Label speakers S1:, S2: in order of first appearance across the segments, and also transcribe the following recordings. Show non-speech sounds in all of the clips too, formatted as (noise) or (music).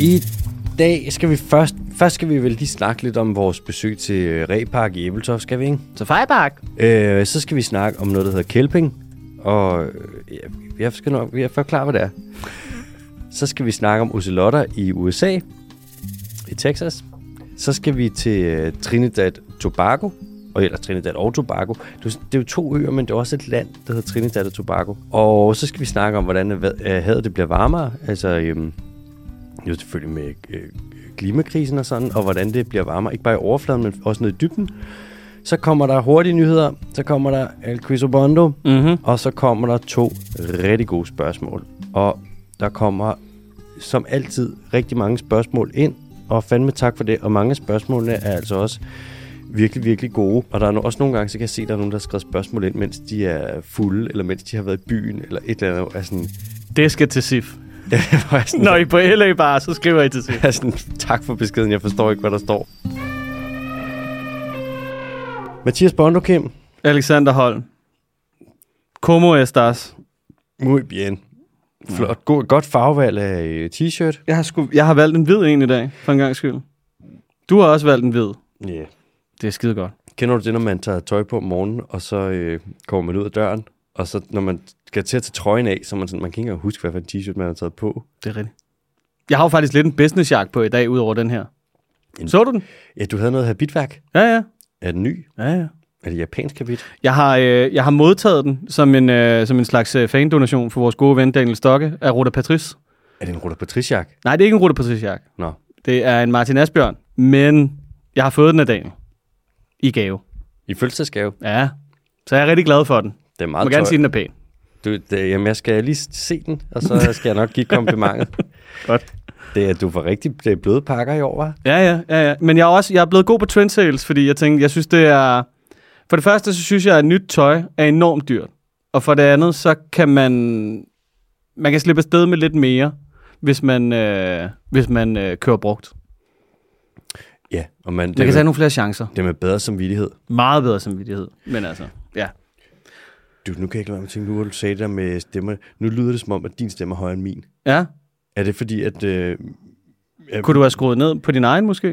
S1: I dag skal vi først... Først skal vi vel lige snakke lidt om vores besøg til Repark i Æbeltoft, skal vi ikke?
S2: Så fejbark.
S1: Øh, så skal vi snakke om noget, der hedder kelping. Og øh, ja, jeg skal nok jeg forklare, hvad det er. Så skal vi snakke om ocelotter i USA, i Texas. Så skal vi til øh, Trinidad Tobago, og eller Trinidad og Tobago. Det er jo- det er jo to øer, men det er også et land, der hedder Trinidad og Tobago. Og så skal vi snakke om, hvordan øh, hvad- øh, havet det bliver varmere. Altså, øhm, jo selvfølgelig med øh, klimakrisen og sådan, og hvordan det bliver varmere. Ikke bare i overfladen, men også ned i dybden. Så kommer der hurtige nyheder, så kommer der El Quizobondo,
S2: Mhm.
S1: og så kommer der to rigtig gode spørgsmål. Og der kommer som altid rigtig mange spørgsmål ind, og fandme tak for det. Og mange af spørgsmålene er altså også virkelig, virkelig gode. Og der er no- også nogle gange, så kan jeg se, at der er nogen, der har skrevet spørgsmål ind, mens de er fulde, eller mens de har været i byen, eller et eller andet. Og jeg er sådan, (laughs)
S2: Det skal til SIF.
S1: hvor jeg er sådan,
S2: Når I på LA bare, så skriver I til SIF.
S1: jeg er sådan, tak for beskeden, jeg forstår ikke, hvad der står. Mathias Bondo, Kim.
S2: Alexander Holm. Como estas?
S1: Muy bien. Flot. God, godt farvevalg af øh, t-shirt.
S2: Jeg har, sku, jeg har valgt en hvid en i dag, for en gang skyld. Du har også valgt en hvid.
S1: Ja. Yeah.
S2: Det er skide godt.
S1: Kender du det, når man tager tøj på om morgenen, og så øh, kommer man ud af døren, og så når man skal til at tage trøjen af, så er man sådan, man kan ikke engang huske, hvad for en t-shirt man har taget på.
S2: Det er rigtigt. Jeg har jo faktisk lidt en business på i dag, ud over den her.
S1: En-
S2: Så du den?
S1: Ja, du havde noget habitværk.
S2: Ja, ja.
S1: Er den ny?
S2: ja, ja.
S1: Er det japansk habit?
S2: Jeg har, øh, jeg har modtaget den som en, øh, som en slags øh, fan-donation for vores gode ven Daniel Stokke af Ruta Patrice.
S1: Er det en Rutter Patriciak?
S2: Nej, det er ikke en Ruta Patrice-jakke.
S1: Nå.
S2: Det er en Martin Asbjørn, men jeg har fået den af Daniel. I gave.
S1: I fødselsdagsgave.
S2: Ja, så jeg er rigtig glad for den. Jeg
S1: Det er meget
S2: må gerne
S1: tøj.
S2: sige, at den er pæn.
S1: Du, det, jamen, jeg skal lige se den, og så skal jeg nok give komplimentet.
S2: (laughs) Godt.
S1: Det er, du får rigtig det er bløde pakker i år, var.
S2: Ja, ja, ja, ja. Men jeg er, også, jeg er blevet god på trendsales, fordi jeg tænkte, jeg synes, det er... For det første, så synes jeg, at nyt tøj er enormt dyrt. Og for det andet, så kan man... Man kan slippe afsted med lidt mere, hvis man, øh, hvis man øh, kører brugt. Man
S1: Ja, og man, det,
S2: kan
S1: er
S2: tage
S1: med,
S2: nogle flere chancer.
S1: det er med bedre samvittighed.
S2: Meget bedre samvittighed, men altså, ja.
S1: Du, nu kan jeg ikke lade mig tænke, nu hvor du sagde det der med stemmer. Nu lyder det som om, at din stemme er højere end min.
S2: Ja,
S1: Er det fordi, at... Øh, at
S2: kunne du have skruet ned på din egen måske?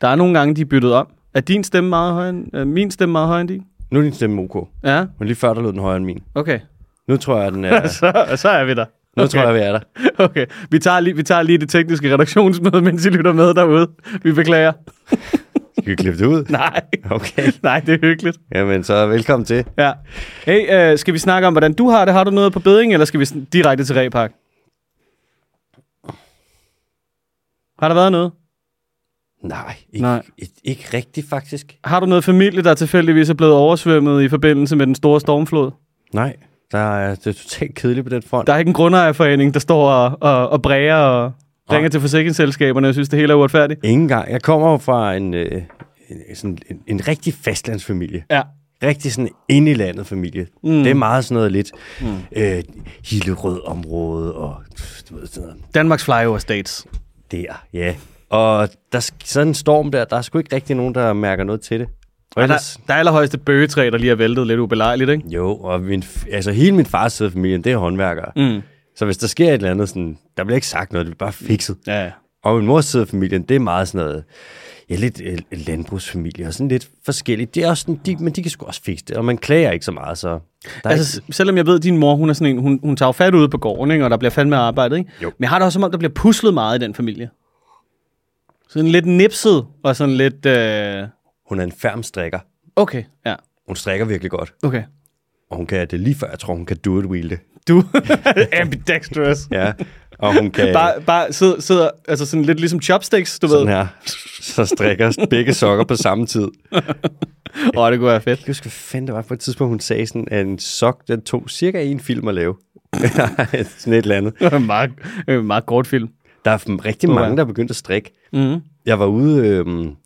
S2: Der er nogle gange, de er byttet om. Er din stemme meget højere end, øh, min stemme meget højere end din?
S1: Nu er din stemme ok.
S2: Ja,
S1: Men lige før, der lød den højere end min.
S2: okay.
S1: Nu tror jeg, den er...
S2: (laughs) så, så er vi der.
S1: Nu tror jeg, vi er der.
S2: Okay, vi tager, lige, vi tager lige det tekniske redaktionsmøde, mens I lytter med derude. Vi beklager.
S1: Skal vi klippe det ud?
S2: Nej,
S1: Okay.
S2: nej, det er hyggeligt.
S1: Jamen, så velkommen til.
S2: Ja. Hey, øh, skal vi snakke om, hvordan du har det? Har du noget på beding, eller skal vi sn- direkte til Repark? Har der været noget?
S1: Nej, ikke,
S2: Nej.
S1: Ikke, ikke rigtigt faktisk.
S2: Har du noget familie, der tilfældigvis er blevet oversvømmet i forbindelse med den store stormflod?
S1: Nej, der er, det er totalt kedeligt på den front.
S2: Der er ikke en grundejerforening, der står og, og, og bræger og
S1: Nej.
S2: ringer til forsikringsselskaberne og synes, det hele er uretfærdigt?
S1: Ingen gang. Jeg kommer jo fra en, øh, en, sådan, en, en rigtig fastlandsfamilie.
S2: Ja.
S1: Rigtig sådan ind i landet familie. Mm. Det er meget sådan noget lidt mm. øh, hillerød område og pff, du ved, sådan noget.
S2: Danmarks flyover states.
S1: Der, ja. Og der, sk- sådan en storm der, der er sgu ikke rigtig nogen, der mærker noget til det. Og
S2: Ja, der, der er allerhøjst et bøgetræ, der lige er væltet lidt ubelejligt, ikke?
S1: Jo, og min, f- altså hele min fars side af familien, det er håndværkere. Mm. Så hvis der sker et eller andet, sådan, der bliver ikke sagt noget, det bliver bare fikset.
S2: Ja, ja.
S1: Og min mors side af familien, det er meget sådan noget, ja, lidt øh, landbrugsfamilie og sådan lidt forskelligt. Det er også sådan, de, men de kan sgu også fikse det, og man klager ikke så meget, så... Der er
S2: Altså,
S1: altså,
S2: s- selvom jeg ved, at din mor, hun er sådan en, hun, hun tager jo fat ude på gården, ikke? og der bliver fandme arbejdet, ikke?
S1: Jo.
S2: Men jeg har det også som om, der bliver puslet meget i den familie. Sådan lidt nipset, og sådan lidt... Øh...
S1: ikke, hun er en færm strikker.
S2: Okay, ja,
S1: Hun strikker virkelig godt,
S2: okay.
S1: og hun kan det er lige før, jeg tror, hun kan do it wheel det.
S2: Du (laughs) ambidextrous.
S1: Ja, og hun kan...
S2: Bare, bare sidder, sidder, altså sådan lidt ligesom chopsticks, du
S1: sådan
S2: ved.
S1: her, så strikker begge sokker på samme tid.
S2: Åh, oh, det kunne være fedt.
S1: Jeg kan huske, hvad fanden det var på et tidspunkt, hun sagde sådan, at en sok, den tog cirka en film at lave. (laughs) sådan et eller andet.
S2: meget, øh, meget kort film.
S1: Der er f- rigtig mange, der er begyndt at strikke.
S2: Mm.
S1: Jeg var ude... Øh,
S2: Det er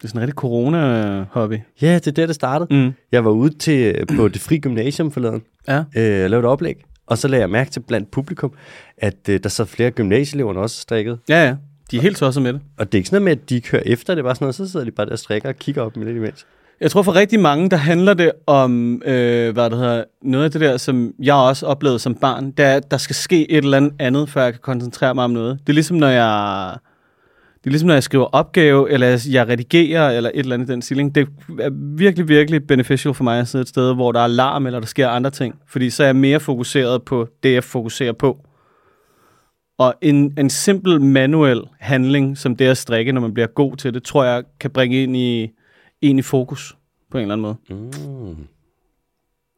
S2: sådan en rigtig corona-hobby.
S1: ja, det er der, det startede.
S2: Mm.
S1: Jeg var ude til, øh, på det frie gymnasium forleden
S2: Ja.
S1: øh, og lavede et oplæg. Og så lagde jeg mærke til blandt publikum, at øh, der sad flere gymnasieelever der også og strikkede.
S2: Ja, ja. De er helt tosset med det.
S1: Og det er ikke sådan noget med, at de kører efter. Det var sådan noget, så sidder de bare der og strikker og kigger op med det imens.
S2: Jeg tror for rigtig mange, der handler det om, øh, hvad det hedder, noget af det der, som jeg også oplevede som barn, det er, at der skal ske et eller andet andet, før jeg kan koncentrere mig om noget. Det er ligesom, når jeg, det er ligesom, når jeg skriver opgave, eller jeg- jeg redigerer, eller et eller andet i den stilling. Det er virkelig, virkelig beneficial for mig at sidde et sted, hvor der er larm, eller der sker andre ting. Fordi så er jeg mere fokuseret på det, jeg fokuserer på. Og en, en simpel manuel handling, som det at strikke, når man bliver god til det, tror jeg kan bringe ind i, ind i fokus på en eller anden måde.
S1: Mm.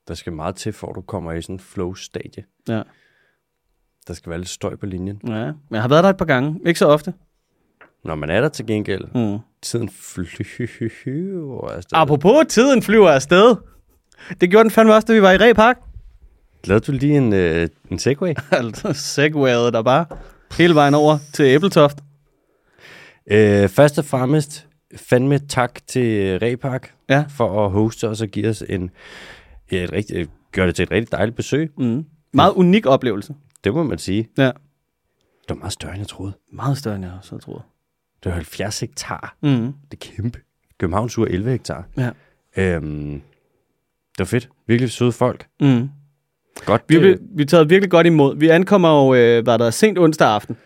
S1: Der skal meget til, for at du kommer i sådan en flow-stadie.
S2: Ja.
S1: Der skal være lidt støj på linjen.
S2: ja. Men jeg har været der et par gange. Ikke så ofte.
S1: Når man er der til gengæld,
S2: Mm.
S1: tiden flyver altså. afsted.
S2: Apropos, tiden flyver afsted. Det gjorde den fandme også, da vi var i Repark.
S1: Lavede du lige en, øh, en segway?
S2: (laughs) Altså, segwayede der bare hele vejen over til Æbletoft.
S1: øh, først og fremmest, fandme tak til øh, Repark
S2: Ja.
S1: for at hoste os og give os en, ja, et rigtig, øh, gøre det til et rigtig dejligt besøg.
S2: Mm. Meget unik oplevelse.
S1: Det må man sige.
S2: Ja.
S1: Det var meget større, end jeg troede.
S2: Meget større, end jeg også havde troet.
S1: Det var 70 hektar.
S2: Mm.
S1: Det er kæmpe. Københavns Ur 11 hektar.
S2: Ja.
S1: Øhm, det var fedt. Virkelig søde folk.
S2: Mm.
S1: Godt
S2: Vi,
S1: vi,
S2: blev,
S1: øh,
S2: vi taget virkelig godt imod. Vi ankommer jo, øh, var der sent onsdag aften.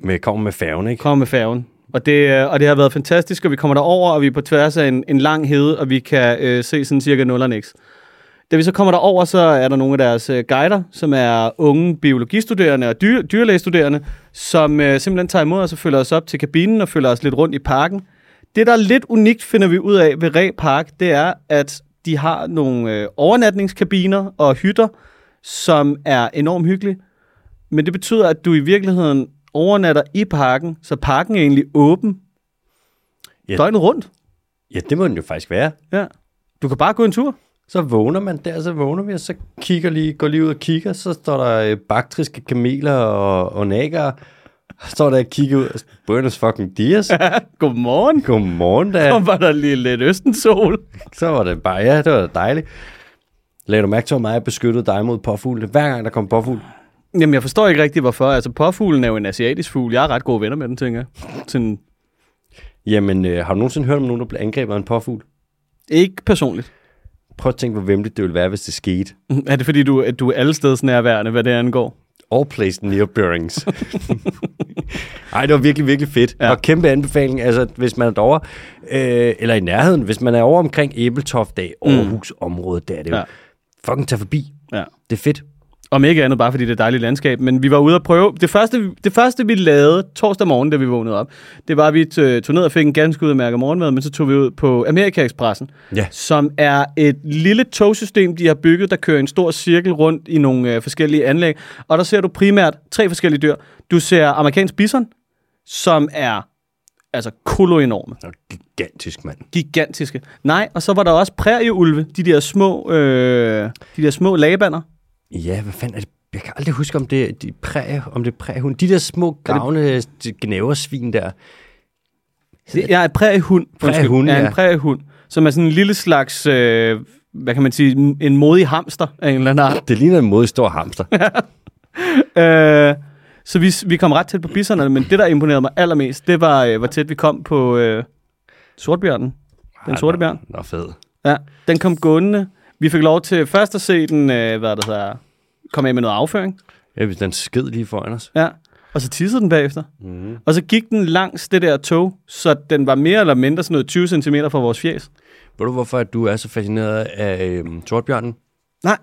S1: med kommer med færgen, ikke?
S2: kommer med færgen. Og det, øh, og det har været fantastisk, og vi kommer derover, og vi er på tværs af en, en lang hede, og vi kan øh, se sådan cirka 0 og niks. Da vi så kommer derover, så er der nogle af deres øh, guider, som er unge biologistuderende og dyr, dyrlægestuderende, som øh, simpelthen tager imod os og følger os op til kabinen og følger os lidt rundt i parken. Det, der er lidt unikt, finder vi ud af ved Ræ Park, det er, at de har nogle øh, overnatningskabiner og hytter, som er enormt hyggelige. Men det betyder, at du i virkeligheden overnatter i parken, så parken er egentlig åben
S1: Ja.
S2: ja. døgnet rundt.
S1: Ja, det må den jo faktisk være.
S2: Ja. Du kan bare gå en tur.
S1: Så vågner man der, så vågner vi, og så kigger lige, går lige ud og kigger, så står der øh, baktriske kameler og, og nager. Så står der og kigger ud, og Buenos fucking dias.
S2: (laughs) Godmorgen.
S1: Godmorgen da.
S2: Og var der lige lidt østensol.
S1: Så var det bare, ja, det var da dejligt. Lad du mærke til, hvor meget jeg beskyttede dig mod påfugle. Hver gang der kom påfugl,
S2: Jamen, jeg forstår ikke rigtig, hvorfor. Altså, påfuglen er jo en asiatisk fugl. Jeg er ret gode venner med den, tænker jeg. Sådan,
S1: jamen øh, har du nogensinde hørt om nogen, der blev angrebet af en påfugl?
S2: ikke personligt.
S1: Prøv at tænke, hvor vemmeligt det ville være, hvis det skete.
S2: Mm, Er det fordi, du, at du er alle steds nærværende, hvad det angår?
S1: All placed near bearings. Ej, det var virkelig, virkelig fedt. Ja.
S2: Ja.
S1: Og kæmpe anbefaling, altså hvis man er derovre, øh, eller i nærheden, hvis man er over omkring Æbeltoft-dag, Aarhus område, der er det jo. Mm. Ja.
S2: Ja.
S1: Fucking tag forbi.
S2: Ja.
S1: Det er fedt.
S2: Om ikke andet bare fordi det er et dejligt landskab, men vi var ude at prøve. Det første, det første vi lavede torsdag morgen, da vi vågnede op, det var, at vi øh, tog ned og fik en ganske udmærket morgenmad, men så tog vi ud på Amerika Expressen,
S1: Ja.
S2: som er et lille togsystem, de har bygget, der kører en stor cirkel rundt i nogle øh, forskellige anlæg. Og der ser du primært tre forskellige dyr. Du ser amerikansk bison, som er altså koloenorme
S1: Nå, gigantisk, mand.
S2: gigantiske. Nej, og så var der også prærieulve, de der små, øh, de der små lagebander.
S1: Ja, hvad fanden er det? Jeg kan aldrig huske, om det er de præ, om det er præhund. De der små gavne gnæversvin der.
S2: Jeg er en præriehund. undskyld.
S1: Præriehund,
S2: Jeg er
S1: ja.
S2: en præriehund, som er sådan en lille slags, øh, hvad kan man sige, en modig hamster af en eller anden art.
S1: Det ligner en modig stor (laughs) hamster.
S2: Øh, så vi, vi kom ret tæt på bisserne, men det, der imponerede mig allermest, det var, øh, hvor tæt vi kom på øh, sortbjørnen. Den sorte bjørn.
S1: Nå, fed.
S2: Ja, den kom gående. Vi fik lov til først at se den, øh, hvad det hedder, komme af med noget afføring.
S1: Ja, hvis den sked lige foran os.
S2: Ja, og så tissede den bagefter.
S1: Mm.
S2: Og så gik den langs det der tog, så den var mere eller mindre sådan noget 20 cm fra vores fjes.
S1: Ved du, hvorfor at du er så fascineret af øhm, sortbjørnen?
S2: Nej.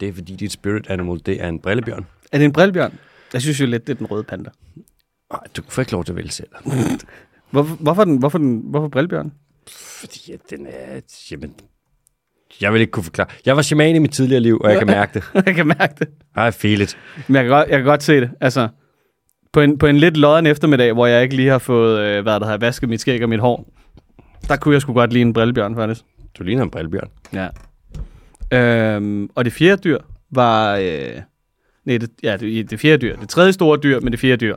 S1: Det er, fordi dit spirit animal, det er en brillebjørn.
S2: Er det en brillebjørn? Jeg synes jo lidt, det er den røde panda.
S1: Ej, du får ikke lov til at vælge selv.
S2: Hvorfor, hvorfor, den, hvorfor, den, hvorfor brillebjørn?
S1: Fordi at den er... Jamen, jeg vil ikke kunne forklare. Jeg var shaman i mit tidligere liv, og jeg (laughs) kan mærke det.
S2: (laughs) jeg kan mærke det.
S1: I feel it.
S2: Men jeg kan godt, jeg kan godt se det. Altså, på en, på en lidt lodden eftermiddag, hvor jeg ikke lige har fået, øh, hvad der har vasket mit skæg og mit hår, der kunne jeg sgu godt lide en brillebjørn, faktisk.
S1: Du ligner en brillebjørn.
S2: Ja. Øhm, og det fjerde dyr var... Øh, nej, det, ja, det, det fjerde dyr. Det tredje store dyr, men det fjerde dyr.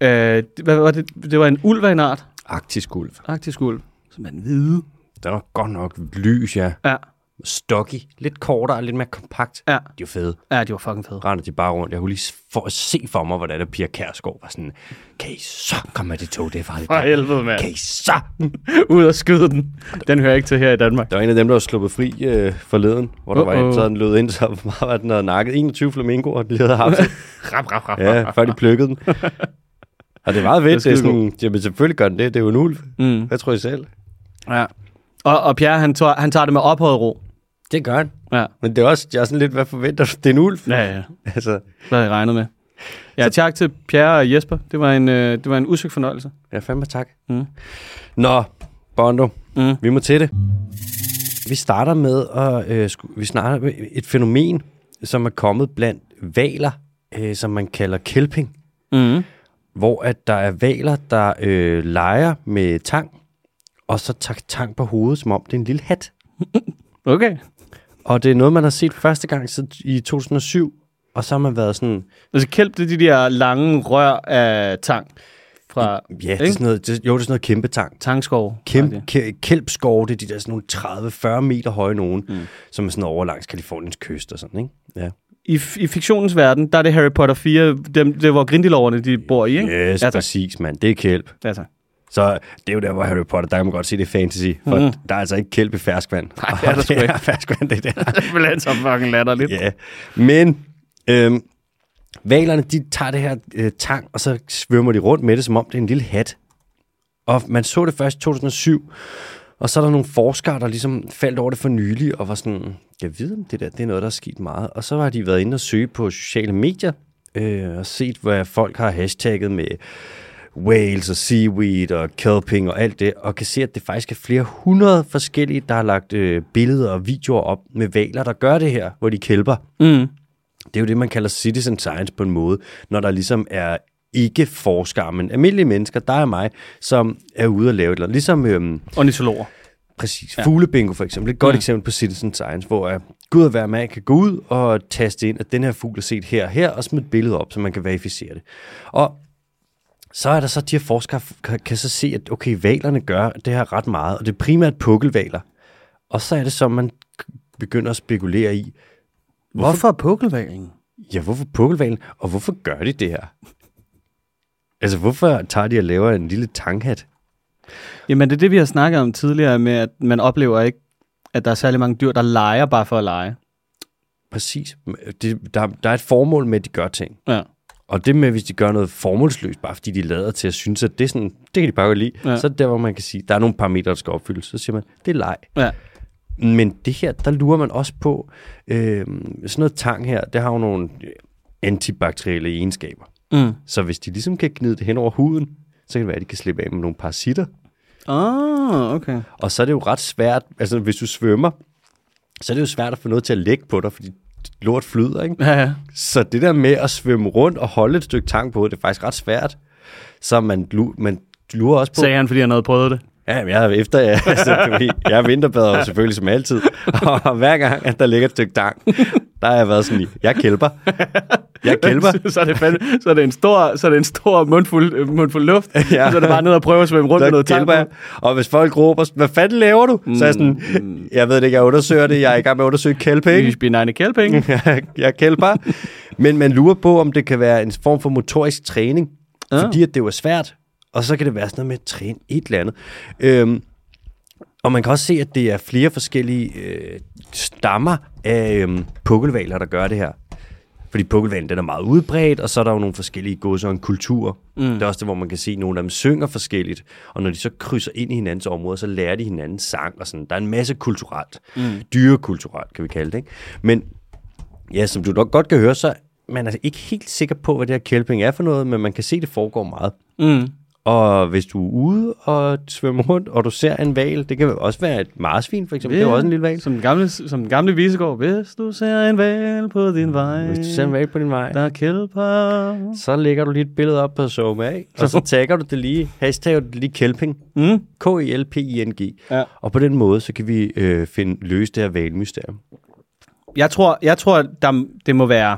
S2: Øh, det, hvad var det? Det var en ulv af en art.
S1: Arktisk ulv.
S2: Arktisk ulv. Som er en hvide.
S1: Den var godt nok lys, ja.
S2: Ja.
S1: stocky, lidt kortere, lidt mere kompakt.
S2: Ja.
S1: De er jo fede.
S2: Ja, de var fucking fede.
S1: Render de bare rundt. Jeg kunne lige s- for at se for mig, hvordan der Pia Kærsgaard var sådan, kan I så komme med det tog, det er farligt.
S2: For helvede, mand.
S1: Kan I så?
S2: (laughs) Ud og skyde den. Den hører ikke til her i Danmark.
S1: Der var en af dem, der var sluppet fri øh, forleden, hvor der uh-oh. var en,
S2: Uh-oh.
S1: så han lød ind, så (laughs) meget, at den havde nakket 21 flamingoer, og de havde haft
S2: Rap, rap, rap.
S1: Ja, før de plukkede den. Og det er meget
S2: Det er
S1: fedt. Det er
S2: skidegod.
S1: sådan, jamen selvfølgelig gør den det. Det er jo en ulv.
S2: Mm.
S1: Hvad tror I selv?
S2: ja. Og, og Pierre, han, tør, han tager det med ophøjet ro.
S1: Det gør den.
S2: Ja.
S1: Men det er også, jeg er sådan lidt, hvad forventer du? Det er en ulv.
S2: Ja, ja.
S1: Altså,
S2: Hvad havde jeg regnet med? Ja, tak til Pierre og Jesper. Det var en, øh, det var en udsøgt fornøjelse.
S1: ja, fandme tak.
S2: Mm.
S1: Nå, Bondo,
S2: Mm.
S1: vi må til det. Vi starter med at, øh, sku- vi snakker med et fænomen, som er kommet blandt valer, øh, som man kalder kelping.
S2: Mm.
S1: Hvor at der er valer, der øh, leger med tang, og så tager tang på hovedet, som om det er en lille hat.
S2: Okay.
S1: Og det er noget, man har set første gang siden i 2007, og så har man været sådan,
S2: Altså kælp, det er de der lange rør af tang fra
S1: ja, det er sådan noget, det, jo, det er sådan noget kæmpe tang.
S2: tangskov.
S1: Kæmpe, okay. kælpskov, det er de der sådan nogle 30-40 meter høje nogen, mm. som er sådan over langs Kaliforniens kyst og sådan, ikke? Ja.
S2: I, I fiktionens verden, der er det Harry Potter 4, dem, det er, hvor grindeloverne de bor i, ikke?
S1: Yes,
S2: Mm. ja,
S1: ja,
S2: tak.
S1: præcis, mand. Det er kælp.
S2: Ja, (laughs) tak.
S1: Så det er jo der, hvor Harry Potter, der kan man godt se det er fantasy, for mm. der er altså ikke kælp i ferskvand. Nej,
S2: det er der
S1: (laughs)
S2: sgu
S1: det
S2: ikke.
S1: er ferskvand, det der.
S2: Det er så fucking latterligt.
S1: Ja, men øhm, valerne, de tager det her øh, tang, og så svømmer de rundt med det, som om det er en lille hat. Og man så det først i 2007, og så er der nogle forskere, der ligesom faldt over det for nylig, og var sådan, jeg ved om det der, det er noget, der er sket meget. Og så har de været inde og søge på sociale medier, øh, og set, hvad folk har hashtagget med whales og seaweed og kelping og alt det, og kan se, at det faktisk er flere hundrede forskellige, der har lagt øh, billeder og videoer op med valer, der gør det her, hvor de kælper.
S2: Mm.
S1: Det er jo det, man kalder citizen science på en måde, når der ligesom er ikke forskere, men almindelige mennesker, dig og mig, som er ude og lave et eller andet. Ligesom øhm,
S2: Ornitologer.
S1: præcis ja. fuglebingo for eksempel. Et godt ja. eksempel på citizen science, hvor øh, gud og hver mand kan gå ud og taste ind, at den her fugl er set her og her, og smide et billede op, så man kan verificere det. Og så er der så, de her forskere kan, kan så se, at okay, valerne gør det her ret meget, og det er primært pukkelvaler. Og så er det så, man begynder at spekulere i,
S2: Hvorfor pukkelværingen?
S1: Ja, hvorfor pukkelvalen? Og hvorfor gør de det her? Altså, hvorfor tager de og laver en lille tanghat?
S2: Jamen, det er det, vi har snakket om tidligere med, at man oplever ikke, at der er særlig mange dyr, der leger bare for at lege.
S1: Præcis. Det, der, der er et formål med, at de gør ting.
S2: Ja.
S1: Og det med, hvis de gør noget formålsløst, bare fordi de lader til at synes, at det, er sådan, det kan de bare godt lide,
S2: Ja.
S1: ja. så er det der, hvor man kan sige, der er nogle parametre, der skal opfyldes. Så siger man, det er leg.
S2: ja.
S1: Men det her, der lurer man også på, øh, sådan noget tang her, det har jo nogle øh, antibakterielle egenskaber.
S2: Mm.
S1: Så hvis de ligesom kan gnide det hen over huden, så kan det være, at de kan slippe af med nogle parasitter.
S2: Ah, okay.
S1: Og så er det jo ret svært, altså hvis du svømmer, så er det jo svært at få noget til at lægge på dig, fordi lort flyder, ikke?
S2: Ja, ja.
S1: Så det der med at svømme rundt og holde et stykke tang på, det er faktisk ret svært. Så man, lu- man lurer også på...
S2: Sagde han, fordi han havde prøvet det.
S1: Ja, (laughs) men jeg er efter, jeg, altså, du ved, jeg er vinterbader jo selvfølgelig som altid. (laughs) Og hver gang, at der ligger et stykke tang, der har jeg været sådan, i, jeg kælper. Jeg kælper.
S2: (laughs) så, er det fandme, så, er det en stor, så er det en stor mundfuld, øh, mundfuld luft, (laughs) ja.
S1: Ja.
S2: og så er det bare ned og prøve at svømme rundt med
S1: Der
S2: noget tang
S1: kælper jeg.
S2: på.
S1: Og hvis folk råber, hvad fanden laver du? Så er jeg sådan, jeg ved det ikke, jeg undersøger det. Jeg er i gang med at undersøge kælpe, ikke?
S2: Vi spiser egne kælpenge.
S1: (laughs) jeg, jeg kælper. Men man lurer på, om det kan være en form for motorisk træning,
S2: Ah.
S1: ja. fordi at det jo er svært. Og så kan det være sådan noget med at træne et eller andet. Øhm, og man kan også se, at det er flere forskellige øh, stammer af øhm, pukkelvaler, der gør det her. Fordi pukkelvalen, den er meget udbredt, og så er der jo nogle forskellige gods og en kultur. Mm. Det er også det, hvor man kan se, at nogle af dem synger forskelligt, og når de så krydser ind i hinandens områder, så lærer de hinanden sang og sådan. Der er en masse kulturelt. Mm. Dyrekulturelt, kan vi kalde det, ikke? Men Ja, som du nok godt kan høre, så man er ikke helt sikker på, hvad det her kælping er for noget, men man kan se, at det foregår meget.
S2: Mm.
S1: Og hvis du er ude og svømmer rundt, og du ser en val, det kan også være et marsvin for eksempel, det er jo også en lille val.
S2: Som den gamle, som den gamle vise går, hvis du ser en val på din vej,
S1: Hvis du ser en val på din vej,
S2: der kælper.
S1: så lægger du lige et billede op på SoMa, ikke? og så tagger du det lige, hashtagger du det lige kælping,
S2: Mm.
S1: K-E-L-P-I-N-G.
S2: Ja.
S1: Og på den måde, så kan vi øh, finde løse det her valmysterium.
S2: Jeg tror, jeg tror der, det må være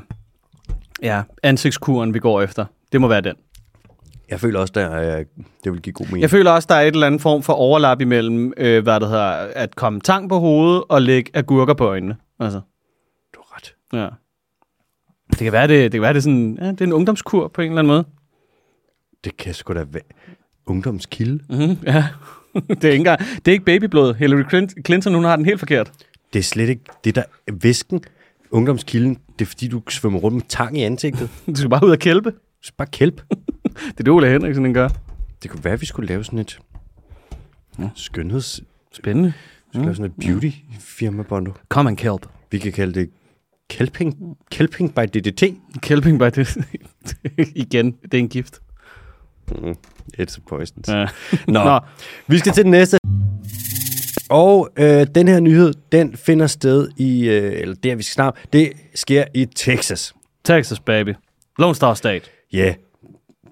S2: ja, ansigtskuren, vi går efter. Det må være den.
S1: Jeg føler også, der, øh, det vil give god mening.
S2: Jeg føler også, der er et eller andet form for overlap imellem, øh, hvad det hedder, at komme tang på hovedet og lægge agurker på øjnene. Altså,
S1: du har ret.
S2: ja. Det kan være, det, det, kan være, det, er, sådan, ja, det er en ungdomskur på en eller anden måde.
S1: Det kan sgu da være. Ungdomskilde.
S2: Mm-hmm. Ja. (laughs) det, er ikke engang, det er ikke babyblod. Hillary Clint- Clinton, hun har den helt forkert.
S1: Det er slet ikke det, der væsken. Ungdomskilden, det er fordi, du svømmer rundt med tang i ansigtet.
S2: Du skal bare ud og kælpe.
S1: Du skal bare kælp.
S2: Det er det, Ole Henriksen den gør.
S1: Det kunne være, at vi skulle lave sådan et skønheds... Vi
S2: Spændende.
S1: skulle lave sådan et beauty firma, Bondo.
S2: Come and kelp.
S1: Vi kan kalde det Kelping, Kelping by DDT.
S2: Kelping by det. (laughs) Igen, det er en gift.
S1: Mm, it's a poison. Ja.
S2: Ja.
S1: Nå.
S2: (laughs) Nå.
S1: Vi skal til den næste. Og øh, den her nyhed, den finder sted i, øh, eller der vi skal snart, det sker i Texas.
S2: Texas, baby. Lone Star State.
S1: Ja, yeah.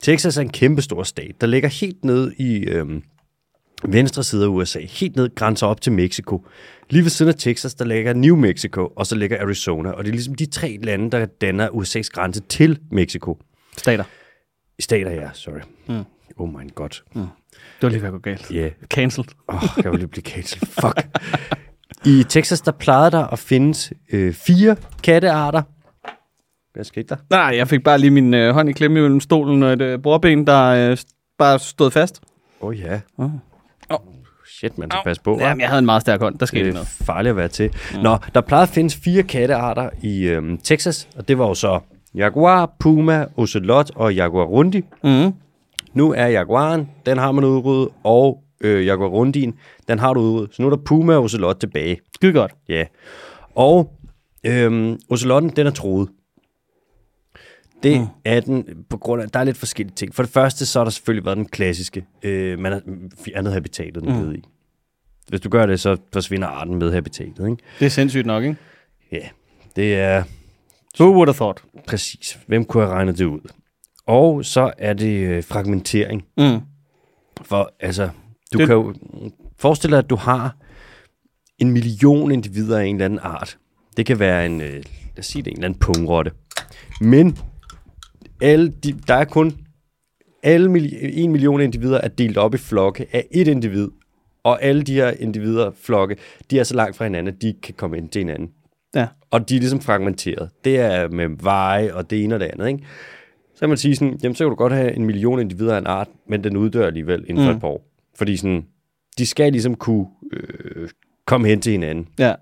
S1: Texas er en kæmpe stor stat, der ligger helt nede i øh, venstre side af USA, helt ned grænser op til Mexico. Lige ved siden af Texas, der ligger New Mexico, og så ligger Arizona, og det er ligesom de tre lande, der danner USA's grænse til Mexico.
S2: Stater.
S1: Stater, ja, sorry. Mm. Oh my god. Ja, mm.
S2: Det var lige ved at gå galt.
S1: yeah.
S2: Cancelled.
S1: oh, jeg vil lige blive cancelled. Fuck. I Texas, der plejede der at findes øh, fire kattearter. Hvad skete der?
S2: Nej, jeg fik bare lige min øh, hånd i klemme mellem stolen og et øh, bordben, der øh, st- bare stod fast.
S1: Åh oh, ja. Oh,
S2: Åh. Åh.
S1: Shit, man skal passe på. hva'?
S2: Jamen, jeg havde en meget stærk hånd. Der skete
S1: det
S2: øh.
S1: er
S2: noget.
S1: farligt at være til. Mm. Nå, der plejede at findes fire kattearter i øhm, Texas, og det var jo så jaguar, puma, ocelot og jaguarundi.
S2: Mm.
S1: Nu er jaguaren, den har man udryddet, og øh, jaguarundien, den har du udryddet. Så nu er der puma og ocelot tilbage.
S2: Skide godt.
S1: Ja. Og øhm, ocelotten, den er troet. Det mm. er den på grund af, der er lidt forskellige ting. For det første, så har der selvfølgelig været den klassiske. Øh, man har fjernet habitatet, den mm. i. Hvis du gør det, så forsvinder arten med habitatet. Ikke?
S2: Det er sindssygt nok, ikke?
S1: Ja, det er
S2: Who would have thought?
S1: præcis. Hvem kunne have regnet det ud? Og så er det øh, fragmentering.
S2: Mm.
S1: For altså, du
S2: Det-
S1: det... kan jo forestille dig, at du har en million individer af en eller anden art. Det kan være en, øh, lad os sige det, en eller anden pungrotte. Men alle de, der er kun alle milli- en million individer er delt op i flokke af et individ. Og alle de her individer, flokke, de er så langt fra hinanden, at de ikke kan komme ind til hinanden.
S2: Ja.
S1: Og de er ligesom fragmenteret. Det er med veje og det ene og det andet, ikke? Så kan man sige sådan, jamen så kan du godt have en million individer af en art, men den uddør alligevel inden for mm. et par år. Fordi sådan, de skal ligesom kunne øh, komme hen til hinanden.
S2: Ja.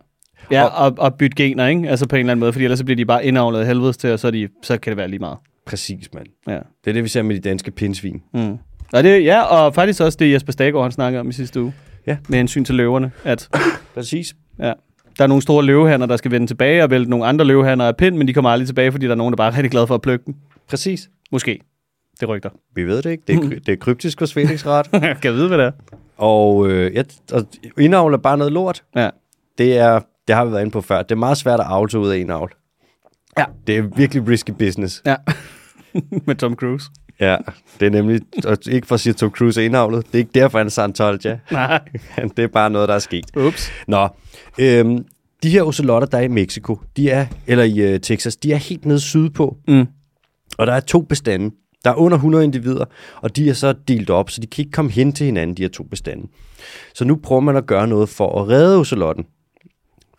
S2: Ja, og, og bytte gener, ikke? Altså på en eller anden måde, fordi ellers så bliver de bare indavlet af helvedes til, og så, er de, så kan det være lige meget.
S1: Præcis, mand.
S2: Ja.
S1: Det er det, vi ser med de danske pindsvin.
S2: Mm. Og det, ja, og faktisk også det, Jesper Staggaard, han snakkede om i sidste uge.
S1: Ja.
S2: Med hensyn til løverne, at
S1: Præcis.
S2: ja, der er nogle store løvehanner, der skal vende tilbage og vælte nogle andre løvehanner af pind, men de kommer aldrig tilbage, fordi der er nogen, der bare er rigtig glade for at plukke dem.
S1: Præcis.
S2: Måske. Det rygter.
S1: Vi ved det ikke. Det er, kry- det er kryptisk hos Felix ret.
S2: (laughs) kan jeg vide, hvad det er?
S1: og, øh, ja, og indavl er bare noget lort.
S2: Ja.
S1: Det, er, det har vi været inde på før. Det er meget svært at aftage ud af indavl.
S2: Ja.
S1: Det er virkelig risky business.
S2: Ja. (laughs) med Tom Cruise.
S1: Ja, det er nemlig, og ikke for at sige, at Tom Cruise er indavlet. Det er ikke derfor, han er Scientology.
S2: Nej.
S1: (laughs) Det er bare noget, der er sket.
S2: Ups.
S1: Nå, øhm, de her ocelotter, der er i Mexico, de er, eller i øh, Texas, de er helt nede sydpå.
S2: Mm.
S1: Og der er to bestande. Der er under 100 individer, og de er så delt op, så de kan ikke komme hen til hinanden, de her to bestande. Så nu prøver man at gøre noget for at redde ocelotten.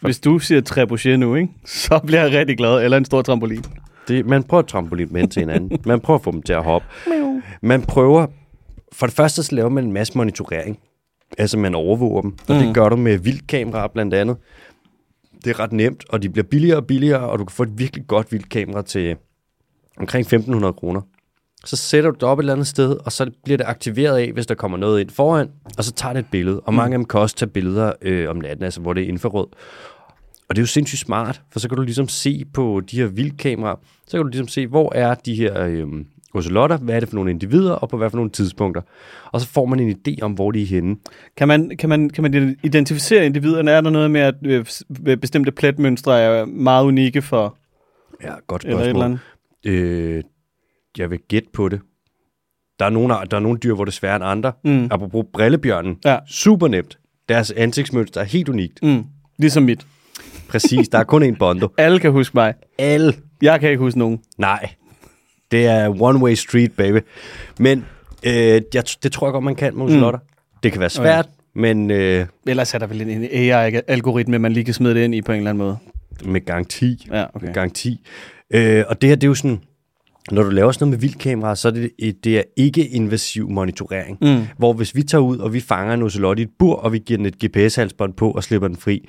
S2: Hvis du siger trebuchet nu, ikke? så bliver jeg rigtig glad. Eller en stor trampolin.
S1: Det, man prøver at trampolin dem hen til hinanden. Man prøver at få dem til at hoppe. Man prøver... For det første, så laver man en masse monitorering. Altså, man overvåger dem. Og det gør du med vildkameraer, blandt andet. Det er ret nemt, og de bliver billigere og billigere, og du kan få et virkelig godt vildkamera til omkring 1.500 kroner. Så sætter du det op et eller andet sted, og så bliver det aktiveret af, hvis der kommer noget ind foran, og så tager det et billede. Og mange af dem kan også tage billeder øh, om natten, altså hvor det er infrarød. Og det er jo sindssygt smart, for så kan du ligesom se på de her vildkameraer, så kan du ligesom se, hvor er de her øhm, ocelotter, hvad er det for nogle individer, og på hvad for nogle tidspunkter. Og så får man en idé om, hvor de er henne.
S2: Kan man, kan, man, kan man identificere individerne? Er der noget med, at øh, s- øh, bestemte pletmønstre er meget unikke for...
S1: Ja, godt
S2: Eller et eller
S1: spørgsmål.
S2: andet?
S1: Øh, jeg vil gætte på det. Der er nogle, ar- der er nogle dyr, hvor det er sværere end andre. Mm. Apropos brillebjørnen.
S2: Ja.
S1: Super nemt. Deres ansigtsmønster er helt unikt. Mm.
S2: Mm. Ligesom mit.
S1: Præcis, der er kun en
S2: (laughs)
S1: bondo.
S2: Alle kan huske mig.
S1: Alle
S2: Jeg kan ikke huske nogen.
S1: Nej. Det er one way street, baby. Men Øh, jeg, det tror jeg godt, man kan med ocelotter. Mm. Det kan være svært, okay. men øh,
S2: Ellers er der vel en en AI-algoritme, man lige kan smide det ind i på en eller anden måde.
S1: med garanti.
S2: Ja,
S1: Okay.
S2: okay.
S1: Garanti. Øh, og det her, det er jo sådan, når du laver sådan noget med vildkameraer, så er det, et- det er ikke invasiv monitorering.
S2: Mm.
S1: Hvor hvis vi tager ud, og vi fanger en ocelot i et bur, og vi giver den et GPS-halsbånd på og slipper den fri,